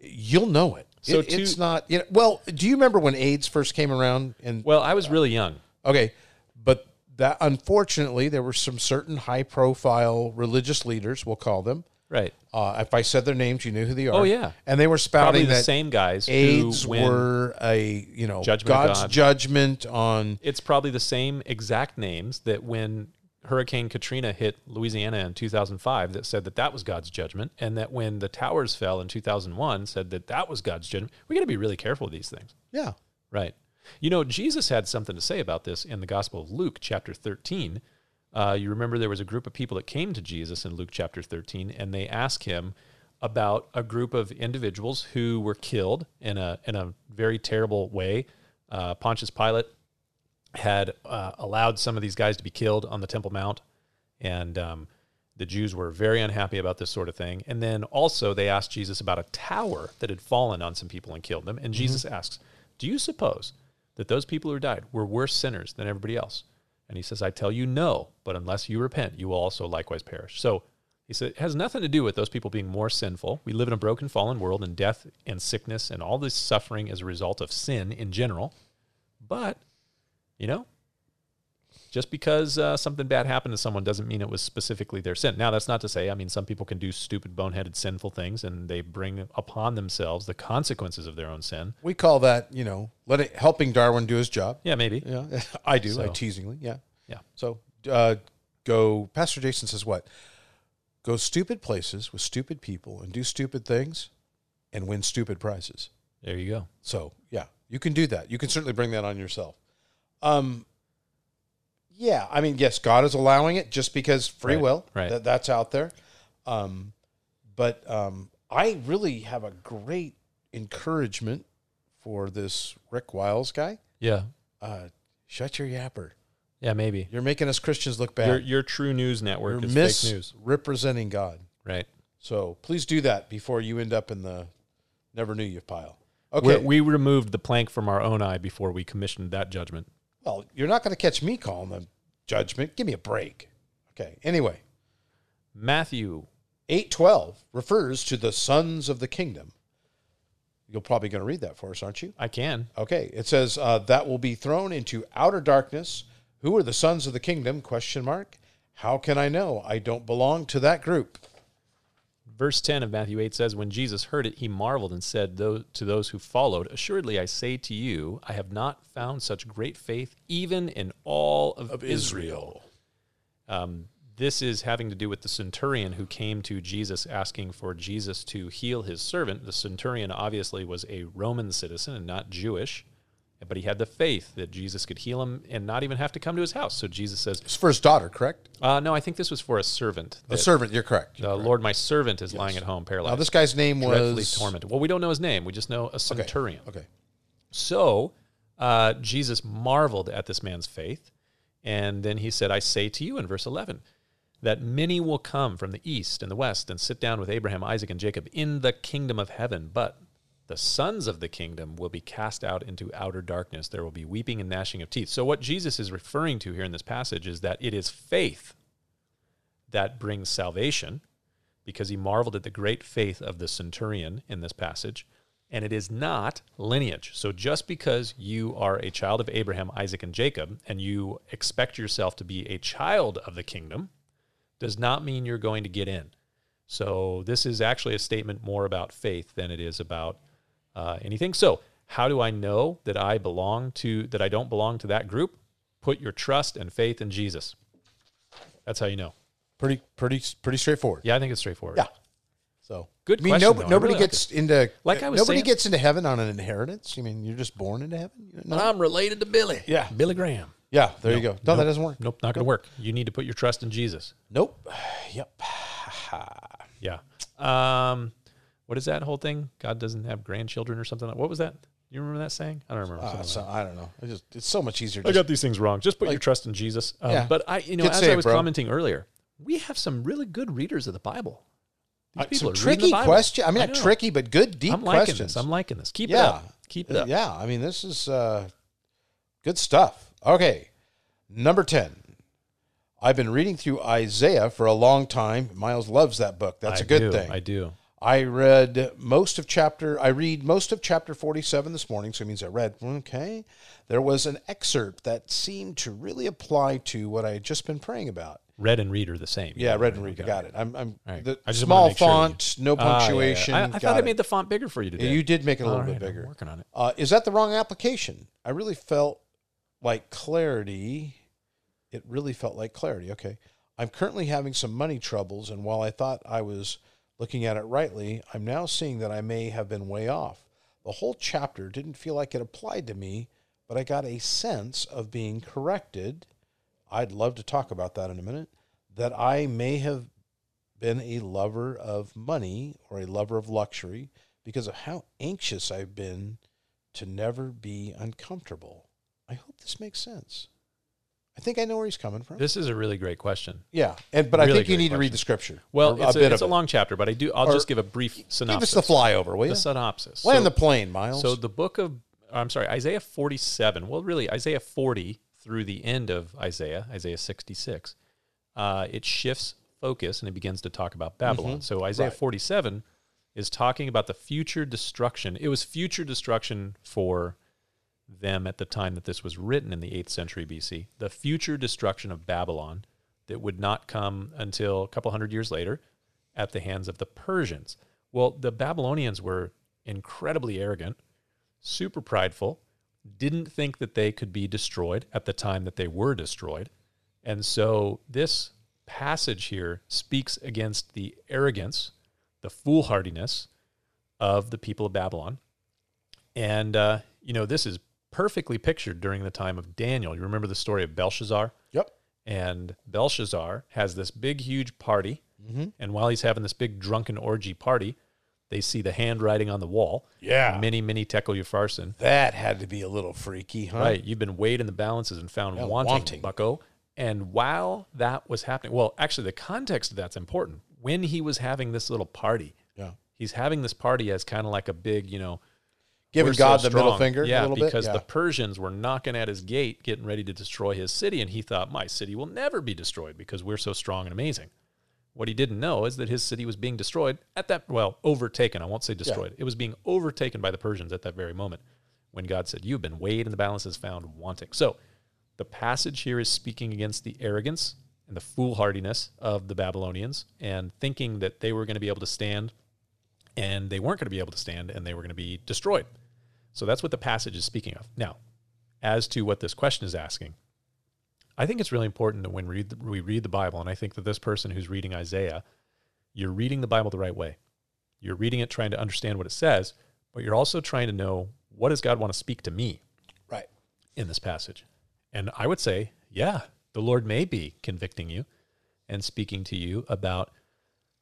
B: you'll know it.
A: So
B: It-
A: to-
B: it's not. You know, well, do you remember when AIDS first came around? And
A: Well, I was really young.
B: okay, but that unfortunately there were some certain high-profile religious leaders, we'll call them.
A: Right.
B: Uh, if I said their names, you knew who they are.
A: Oh, yeah.
B: and they were
A: Probably
B: spouting
A: the
B: that
A: same guys
B: AIDS
A: who when
B: were a you know
A: Judgment of
B: God's
A: God.
B: judgment on
A: it's probably the same exact names that when Hurricane Katrina hit Louisiana in 2005 that said that that was God's judgment and that when the towers fell in 2001 said that that was God's judgment. We got to be really careful with these things.
B: yeah
A: Right. You know, Jesus had something to say about this in the Gospel of Luke, chapter 13. Uh, you remember there was a group of people that came to Jesus in Luke chapter 13, and they asked him about a group of individuals who were killed in a, in a very terrible way. Uh, Pontius Pilate had uh, allowed some of these guys to be killed on the Temple Mount, and um, the Jews were very unhappy about this sort of thing. And then also they asked Jesus about a tower that had fallen on some people and killed them. And Jesus asks, "Do you suppose that those people who died were worse sinners than everybody else?" And he says, "I tell you, no. But unless you repent, you will also likewise perish." So. He said it has nothing to do with those people being more sinful. We live in a broken, fallen world, and death and sickness and all this suffering is a result of sin in general. But you know, just because uh, something bad happened to someone doesn't mean it was specifically their sin. Now, that's not to say, I mean, some people can do stupid, boneheaded, sinful things and they bring upon themselves the consequences of their own sin.
B: we call that you know let it helping Darwin do his job
A: Yeah, maybe.
B: yeah *laughs* I do
A: So.
B: I teasingly yeah
A: Yeah.
B: so uh, go Pastor Jason says what go stupid places with stupid people and do stupid things and win stupid prizes
A: There you go.
B: so yeah you can do that you can certainly bring that on yourself um yeah I mean yes God is allowing it just because free
A: Right,
B: will
A: right.
B: that that's out there um but um, I really have a great encouragement for this Rick Wiles guy.
A: Yeah.
B: Uh, shut your yapper.
A: Yeah, maybe.
B: You're making us Christians look
A: Your,
B: bad.
A: your true news network
B: You're,
A: is fake news.
B: misrepresenting God.
A: Right.
B: So please do that before you end up in the never knew you pile. Okay.
A: We're- We removed the plank from our own eye before we commissioned that judgment.
B: well, you're not going to catch me calling the judgment. Give me a break. Okay. Anyway,
A: Matthew.
B: 812 refers to the sons of the kingdom. You're probably going to read that for us, aren't you?
A: I can.
B: Okay, it says uh, that will be thrown into outer darkness. Who are the sons of the kingdom? Question mark. How can I know? I don't belong to that group.
A: Verse 10 of Matthew 8 says, When Jesus heard it, he marveled and said tho- to those who followed, Assuredly, I say to you, I have not found such great faith even in all of, Israel. Um, this is having to do with the centurion who came to Jesus asking for Jesus to heal his servant. The centurion obviously was a Roman citizen and not Jewish, but he had the faith that Jesus could heal him and not even have to come to his house. So Jesus says,
B: It's for his daughter, correct?
A: uh, No, I think this was for a servant.
B: The
A: that,
B: servant, you're correct.
A: "The Lord, my servant is lying at home paralyzed.
B: Now, this guy's name
A: dreadfully
B: was.
A: tormented. Well, we don't know his name. We just know a centurion.
B: Okay.
A: So uh, Jesus marveled at this man's faith. And then he said, I say to you in verse 11, that many will come from the east and the west and sit down with Abraham, Isaac, and Jacob in the kingdom of heaven. But the sons of the kingdom will be cast out into outer darkness. There will be weeping and gnashing of teeth. So, what Jesus is referring to here in this passage is that it is faith that brings salvation because he marveled at the great faith of the centurion in this passage. And it is not lineage. So just because you are a child of Abraham, Isaac, and Jacob, and you expect yourself to be a child of the kingdom, does not mean you're going to get in. So this is actually a statement more about faith than it is about uh, anything. So how do I know that I belong to that I don't belong to that group? Put your trust and faith in Jesus. That's how you know.
B: Pretty, pretty, pretty straightforward.
A: Yeah, I think it's straightforward.
B: Yeah. So
A: Good
B: I mean,
A: question,
B: nobo-
A: though. I
B: nobody
A: really like
B: gets into
A: Like I was
B: nobody
A: saying-
B: gets into heaven on an inheritance. You mean, you're just born into heaven. You're not-
A: I'm related to Billy.
B: Yeah.
A: Billy Graham.
B: yeah, there you go. No, that doesn't work.
A: Nope, not going to work. You need to put your trust in Jesus.
B: Nope. *sighs* Yep.
A: Yeah. Um, what is that whole thing? God doesn't have grandchildren or something. What was that? You remember that saying? I don't remember.
B: Uh,
A: Something like
B: so I don't know. I just it's so much easier.
A: that. I
B: Just,
A: got these things wrong. Just put your trust in Jesus. Um,
B: Yeah.
A: But I, you know,
B: Good
A: as
B: save,
A: I was
B: bro.
A: commenting earlier, we have some really good readers of the Bible. These
B: uh, some
A: are reading the
B: tricky
A: Bible.
B: question. I mean,
A: I
B: not
A: know.
B: tricky, but good deep
A: I'm liking
B: questions.
A: this. I'm liking this. Keep it
B: Yeah.
A: up. Keep it up.
B: Yeah, I mean, this is uh, good stuff. Okay, number 10. I've been reading through Isaiah for a long time. Miles loves that book. That's
A: I
B: a good
A: do,
B: thing.
A: I do.
B: I read most of chapter. I read most of chapter forty-seven this morning, so it means I read. Okay, there was an excerpt that seemed to really apply to what I had just been praying about.
A: Read and read are the same.
B: Yeah, read and read. Got it. I'm. I'm
A: All right.
B: the
A: I just wanted to
B: small
A: make sure you-
B: font,
A: Ah,
B: no
A: yeah, yeah.
B: punctuation.
A: I, I
B: got
A: thought I
B: it.
A: made the font bigger for you today.
B: You did make it a little
A: All
B: bit
A: right, I'm
B: bigger.
A: working on it.
B: Uh, is that the wrong application? I really felt like clarity. It really felt like clarity. Okay. I'm currently having some money troubles, and while I thought I was looking at it rightly, I'm now seeing that I may have been way off. The whole chapter didn't feel like it applied to me, but I got a sense of being corrected. I'd love to talk about that in a minute. That I may have been a lover of money or a lover of luxury because of how anxious I've been to never be uncomfortable. I hope this makes sense. I think I know where he's coming from.
A: This is a really great question.
B: yeah, and but I
A: Really
B: think you
A: great
B: need to read
A: question.
B: the scripture.
A: Well,
B: or
A: it's a,
B: bit
A: it's a
B: of it.
A: long chapter, but I do. I'll
B: Or-
A: just give a brief
B: Give us
A: synopsis.
B: the flyover, will you?
A: The synopsis.
B: Land
A: so,
B: the plane, Miles.
A: so the book of, I'm sorry, Isaiah 47. Well, really, Isaiah 40 through the end of Isaiah, Isaiah 66. Uh, it shifts focus and it begins to talk about Babylon. So Isaiah
B: Right.
A: 47 is talking about the future destruction. It was future destruction for them at the time that this was written in the 8th century BC, the future destruction of Babylon that would not come until a couple hundred years later at the hands of the Persians. Well, the Babylonians were incredibly arrogant, super prideful, didn't think that they could be destroyed at the time that they were destroyed. And so this passage here speaks against the arrogance, the foolhardiness of the people of Babylon. And, uh, you know, this is perfectly pictured during the time of Daniel. You remember the story of Belshazzar?
B: yep.
A: and Belshazzar has this big, huge party. And while he's having this big drunken orgy party, they see the handwriting on the wall.
B: Yeah.
A: Many, many Tekel Upharsin.
B: That had to be a little freaky, huh?
A: Right. You've been weighed in the balances and found wanting,
B: wanting.
A: bucko. And while that was happening, well, actually, the context of that's important. When he was having this little party,
B: Yeah.
A: he's having this party as kind of like a big, you know,
B: Giving
A: we're so
B: God the middle
A: strong.
B: finger
A: yeah,
B: a little
A: because
B: bit.
A: the Persians were knocking at his gate, getting ready to destroy his city, and he thought, "My city will never be destroyed because we're so strong and amazing." What he didn't know is that his city was being destroyed at that well, overtaken. I won't say destroyed; it was being overtaken by the Persians at that very moment when God said, "You've been weighed in the balances, found wanting." So, the passage here is speaking against the arrogance and the foolhardiness of the Babylonians and thinking that they were going to be able to stand and they weren't going to be able to stand and they were going to be destroyed. So that's what the passage is speaking of. Now, as to what this question is asking, I think it's really important that when we read, the, we read the Bible, and I think that this person who's reading Isaiah, you're reading the Bible the right way. You're reading it trying to understand what it says, but you're also trying to know what does God want to speak to me
B: Right.
A: in this passage? And I would say, yeah, the Lord may be convicting you and speaking to you about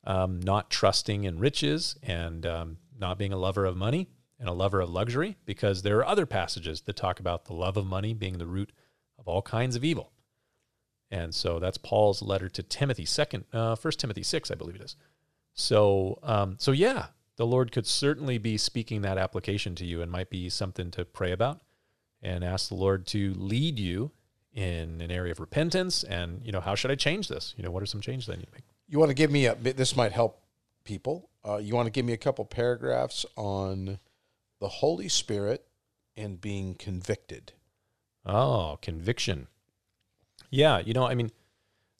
A: um, not trusting in riches and um, not being a lover of money and a lover of luxury, because there are other passages that talk about the love of money being the root of all kinds of evil. And so that's Paul's letter to Timothy, second, uh, First Timothy six, I believe it is. So, um, so yeah, the Lord could certainly be speaking that application to you, and might be something to pray about and ask the Lord to lead you in an area of repentance. And you know, how should I change this? You know, what are some changes I need to make?
B: You want to give me a bit, this might help people. Uh, you want to give me a couple paragraphs on the Holy Spirit and being convicted.
A: Oh, conviction. Yeah, you know, I mean,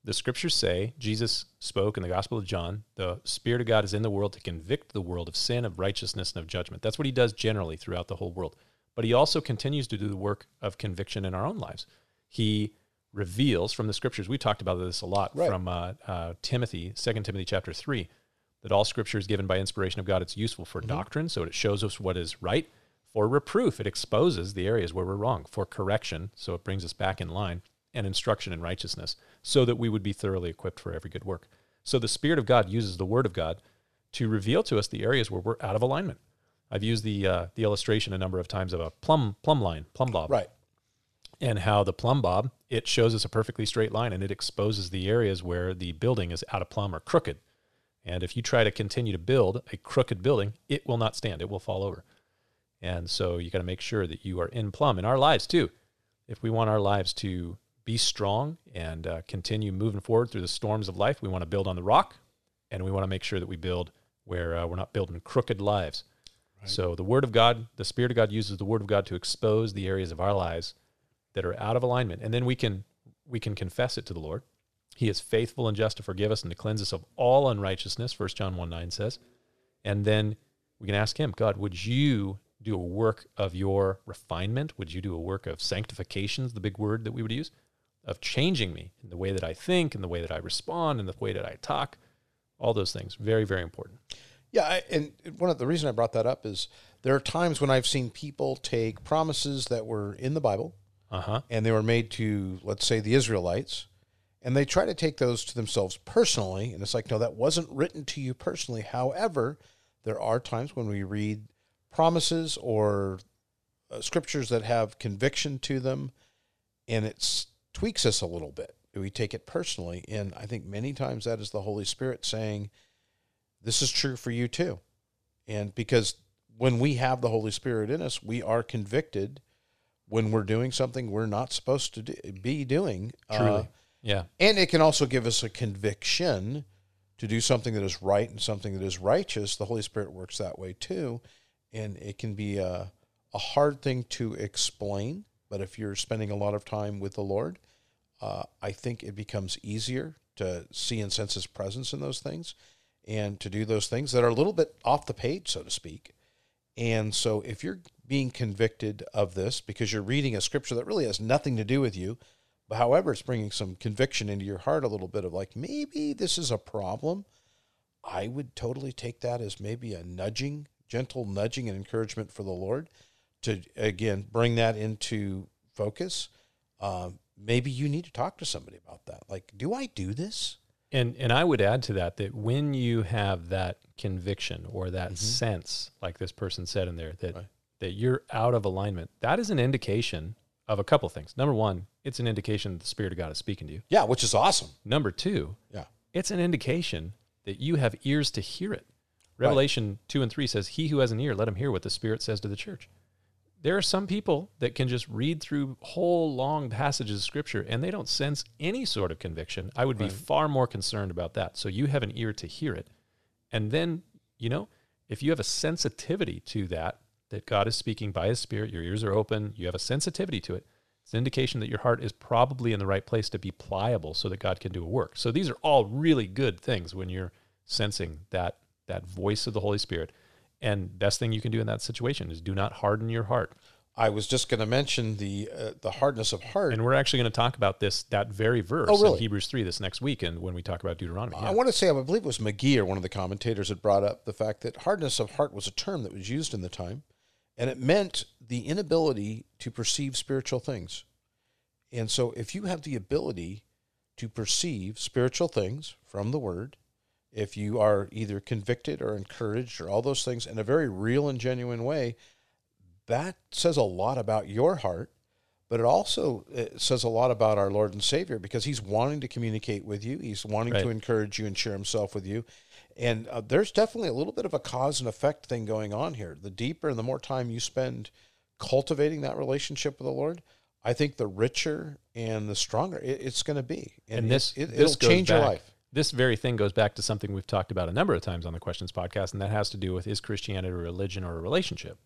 A: the scriptures say Jesus spoke in the Gospel of John, the Spirit of God is in the world to convict the world of sin, of righteousness, and of judgment. That's what he does generally throughout the whole world. But he also continues to do the work of conviction in our own lives. He reveals from the scriptures, we talked about this a lot
B: Right.
A: from uh, uh, Timothy, 2 Timothy chapter 3, that all scripture is given by inspiration of God. It's useful for doctrine, so it shows us what is right. For reproof, it exposes the areas where we're wrong. For correction, so it brings us back in line. And instruction in righteousness, so that we would be thoroughly equipped for every good work. So the Spirit of God uses the Word of God to reveal to us the areas where we're out of alignment. I've used the uh, the illustration a number of times of a plumb plumb line, plumb bob
B: Right.
A: and how the plumb bob it shows us a perfectly straight line and it exposes the areas where the building is out of plumb or crooked and if you try to continue to build a crooked building it will not stand it will fall over and so you got to make sure that you are in plumb in our lives too if we want our lives to be strong and uh, continue moving forward through the storms of life we want to build on the rock and we want to make sure that we build where uh, we're not building crooked lives so the word of god the spirit of god uses the word of god to expose the areas of our lives that are out of alignment and then we can we can confess it to the lord he is faithful and just to forgive us and to cleanse us of all unrighteousness 1 john 1 9 says and then we can ask him god would you do a work of your refinement would you do a work of sanctification is the big word that we would use of changing me in the way that i think in the way that i respond in the way that i talk all those things very very important
B: Yeah, I, and one of the reason I brought that up is there are times when I've seen people take promises that were in the Bible
A: uh-huh
B: and they were made to, let's say, the Israelites, and they try to take those to themselves personally, and it's like, no, that wasn't written to you personally. However, there are times when we read promises or uh, scriptures that have conviction to them, and it tweaks us a little bit. We take it personally, and I think many times that is the Holy Spirit saying, "This is true for you too," and because when we have the Holy Spirit in us, we are convicted when we're doing something we're not supposed to do, be doing. Uh,
A: Truly. yeah
B: and it can also give us a conviction to do something that is right and something that is righteous. The Holy Spirit works that way too. And it can be a, a hard thing to explain. But if you're spending a lot of time with the Lord, uh, I think it becomes easier to see and sense His presence in those things and to do those things that are a little bit off the page, so to speak. And so if you're being convicted of this because you're reading a scripture that really has nothing to do with you, but however, it's bringing some conviction into your heart a little bit of like, maybe this is a problem. I would totally take that as maybe a nudging, gentle nudging and encouragement for the Lord to, again, bring that into focus. Um, maybe you need to talk to somebody about that. Like, do I do this?
A: And and I would add to that that when you have that conviction or that sense, like this person said in there, that
B: Right.
A: that you're out of alignment, that is an indication of a couple things. Number one, it's an indication that the Spirit of God is speaking to you.
B: Yeah, which is awesome.
A: Number two,
B: Yeah.
A: it's an indication that you have ears to hear it. Revelation 2 and 3 says, He who has an ear, let him hear what the Spirit says to the church. There are some people that can just read through whole long passages of Scripture and they don't sense any sort of conviction. I would be far more concerned about that. So you have an ear to hear it. And then, you know, if you have a sensitivity to that, that God is speaking by His Spirit, your ears are open, you have a sensitivity to it, it's an indication that your heart is probably in the right place to be pliable so that God can do a work. So these are all really good things when you're sensing that that voice of the Holy Spirit. And best thing you can do in that situation is do not harden your heart.
B: I was just going to mention the uh, the hardness of heart.
A: And we're actually going to talk about this that very verse
B: Oh, really?
A: in Hebrews 3 this next week and when we talk about Deuteronomy.
B: I
A: Yeah.
B: want to say, I believe it was McGee or one of the commentators had brought up the fact that hardness of heart was a term that was used in the time, and it meant the inability to perceive spiritual things. And so, if you have the ability to perceive spiritual things from the Word, if you are either convicted or encouraged or all those things in a very real and genuine way, that says a lot about your heart but it also uh, says a lot about our Lord and Savior because He's wanting to communicate with you. He's wanting
A: Right.
B: to encourage you and share Himself with you. And uh, there's definitely a little bit of a cause and effect thing going on here. The deeper and the more time you spend cultivating that relationship with the Lord, I think the richer and the stronger it, it's going to be.
A: and this
B: it,
A: this
B: will
A: goes
B: change your
A: back-
B: life.
A: This very thing goes back to something we've talked about a number of times on the Questions podcast, and that has to do with is Christianity a religion or a relationship?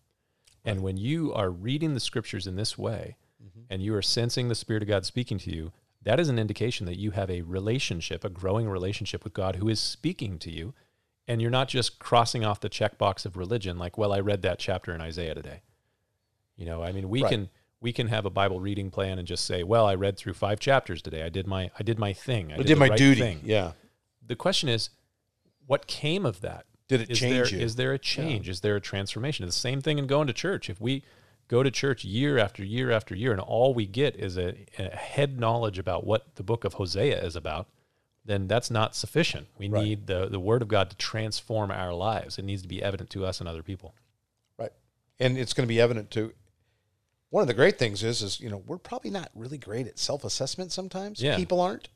A: And when you are reading the scriptures in this way,
B: Mm-hmm.
A: and you are sensing the Spirit of God speaking to you, that is an indication that you have a relationship, a growing relationship with God who is speaking to you. And you're not just crossing off the checkbox of religion, like, well, I read that chapter in Isaiah today. You know, I mean, we
B: Right.
A: can we can have a Bible reading plan and just say, well, I read through five chapters today. I did my I did my thing. I,
B: I did my
A: the right
B: duty.
A: thing."
B: Yeah.
A: The question is, what came of that?
B: Did it
A: Is
B: change
A: there,
B: you?
A: Is there a change? Is there a transformation? It's the same thing in going to church. If we go to church year after year after year, and all we get is a, a head knowledge about what the book of Hosea is about, then that's not sufficient. We
B: Right.
A: need the the Word of God to transform our lives. It needs to be evident to us and other people.
B: Right. And it's going to be evident to one of the great things is is you know we're probably not really great at self-assessment sometimes.
A: Yeah.
B: People aren't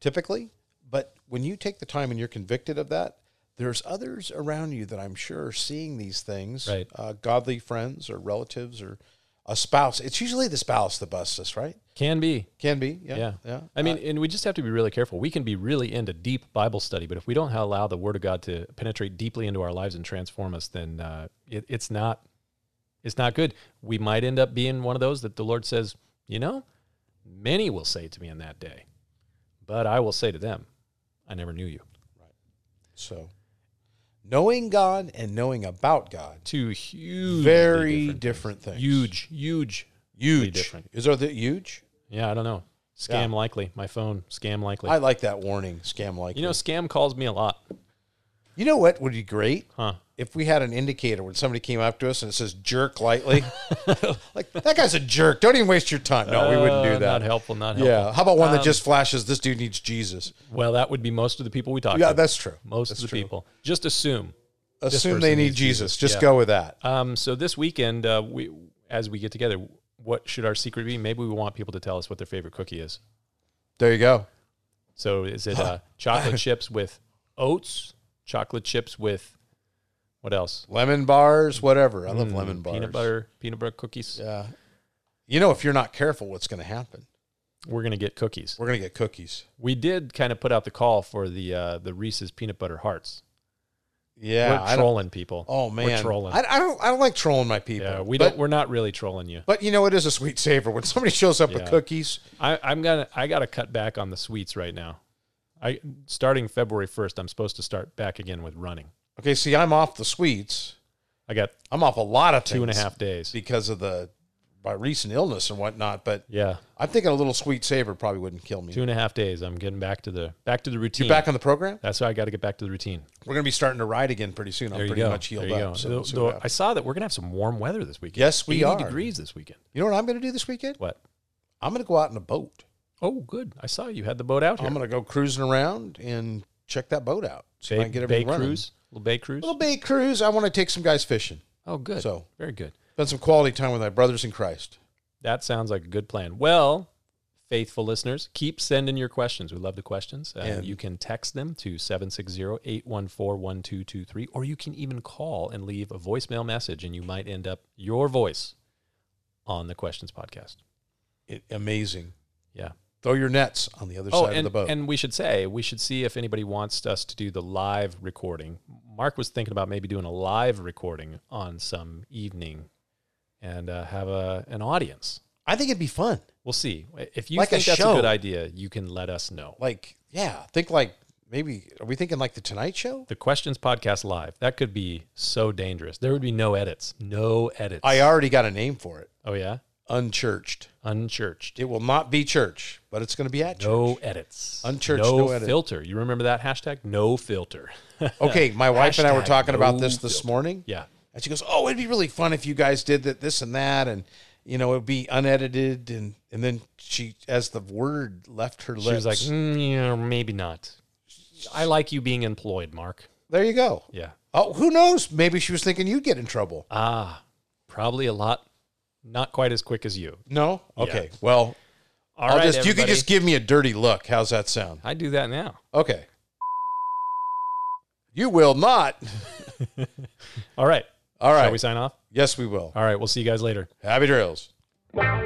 B: typically, but when you take the time and you're convicted of that, there's others around you that I'm sure are seeing these things.
A: Right.
B: Uh, godly friends or relatives or a spouse. It's usually the spouse that busts us, right?
A: Can be.
B: Can be. Yeah.
A: Yeah.
B: Yeah. Uh,
A: I mean, and we just have to be really careful. We can be really into deep Bible study, but if we don't allow the Word of God to penetrate deeply into our lives and transform us, then uh, it, it's not it's not good. We might end up being one of those that the Lord says, you know, many will say to me in that day, but I will say to them, I never knew you.
B: so knowing God and knowing about God,
A: Two huge,
B: very different, things.
A: huge, huge.
B: Huge.
A: different.
B: Is there the huge?
A: Yeah, I don't know. Scam likely. My phone, scam likely.
B: I like that warning. Scam like
A: you know, scam calls me a lot,
B: You know what would be great
A: huh?
B: if we had an indicator when somebody came up to us and it says
A: *laughs*
B: "jerk" lightly, like that guy's a jerk. Don't even waste your time. No, Oh, we wouldn't
A: Uh,
B: do
A: Not Um,
B: that.
A: helpful. Not helpful.
B: Yeah. How about one that just flashes? This dude needs Jesus.
A: Well, that would be most of the people we talk
B: Yeah,
A: to.
B: that's true.
A: most of the people. Just assume.
B: Assume
A: person
B: they need
A: needs
B: Jesus.
A: Jesus.
B: Just
A: Yeah.
B: go with that.
A: Um, so this weekend, uh, we as we get together, what should our secret be? Maybe we want people to tell us what their favorite cookie is.
B: There you go.
A: So is it
B: *laughs*
A: uh, chocolate chips with oats? Chocolate chips with what else?
B: Lemon bars, whatever. I love
A: Mm,
B: lemon bars.
A: peanut butter, peanut butter cookies.
B: Yeah. You know, if you're not careful, what's going to happen?
A: We're gonna get cookies.
B: We're going to get cookies.
A: We did kind of put out the call for the uh, the Reese's peanut butter hearts.
B: Yeah.
A: we're
B: I don't,
A: trolling people.
B: oh man.
A: we're trolling.
B: I, I don't. I don't like trolling my people.
A: yeah, we
B: But-
A: don't. We're not really trolling you.
B: But you know, it is a sweet savor when somebody shows up with
A: Yeah.
B: cookies.
A: I, I'm gonna I gotta cut back on the sweets right now. I starting February first, I'm supposed to start back again with running.
B: Okay, see, I'm off the sweets.
A: I got
B: I'm off a lot of
A: two and a
B: things
A: half days.
B: because of the my recent illness and whatnot. But
A: Yeah,
B: I'm thinking a little sweet savor probably wouldn't kill me.
A: two and a half days. I'm getting back to the back to the routine.
B: You're back on the program.
A: That's why I got to get back to the routine.
B: We're going to be starting to ride again pretty soon. I'm
A: There you
B: pretty
A: go.
B: much healed
A: there you
B: up.
A: go.
B: So
A: Though-
B: we'll see
A: though
B: what happens.
A: I saw that we're gonna have some warm weather this weekend.
B: Yes, we
A: 80
B: are.
A: degrees this weekend.
B: you know what I'm going to do this weekend?
A: What?
B: I'm going to go out in a boat.
A: Oh, good. I saw you had the boat out here.
B: I'm going to go cruising around and check that boat out. See if I
A: bay,
B: can get
A: bay
B: everything running.
A: cruise, little bay cruise.
B: Little bay cruise. I want to take some guys fishing.
A: Oh, good.
B: So-
A: very good.
B: Spend some quality time with my brothers in Christ.
A: That sounds like a good plan. Well, faithful listeners, keep sending your questions. We love the questions. Uh,
B: And-
A: you can text them to 760-814-1223 or you can even call and leave a voicemail message and you might end up your voice on the questions podcast.
B: It, amazing.
A: Yeah.
B: Throw your nets on the other
A: Oh,
B: side
A: and,
B: of the boat.
A: and we should say, we should see if anybody wants us to do the live recording. Mark was thinking about maybe doing a live recording on some evening and uh, have a, an audience.
B: I think it'd be fun.
A: We'll see. If you
B: Like a
A: think that's a
B: show.
A: good idea, you can let us know.
B: like yeah think like maybe are we thinking like the Tonight Show?
A: The questions podcast live. That could be so dangerous. There would be no edits. No edits.
B: I already got a name for it.
A: oh yeah.
B: Unchurched.
A: Unchurched.
B: It will not be church, but it's going to be at church.
A: No edits.
B: Unchurched,
A: No,
B: no edit.
A: filter. You remember that hashtag? No filter. *laughs*
B: Okay, my wife and I were
A: Hashtag
B: talking about
A: no
B: this this
A: filter.
B: morning.
A: yeah.
B: And she goes, "Oh, it'd be really fun if you guys did that, this and that, and you know, it'd be unedited." And and then she, as the word left her lips,
A: She was like, mm, yeah, maybe not. I like you being employed, Mark.
B: "There you go."
A: Yeah.
B: Oh, who knows? Maybe she was thinking you'd get in trouble.
A: Ah, probably a lot. Not quite as quick as you.
B: No. Okay. Well,
A: All
B: I'll
A: right,
B: just you can
A: everybody.
B: just give me a dirty look. How's that sound?
A: I do that now.
B: Okay. You will not.
A: All right.
B: All
A: Shall
B: right.
A: we sign off?
B: yes, we will.
A: All right. We'll see you guys later.
B: Happy drills.
C: Bye.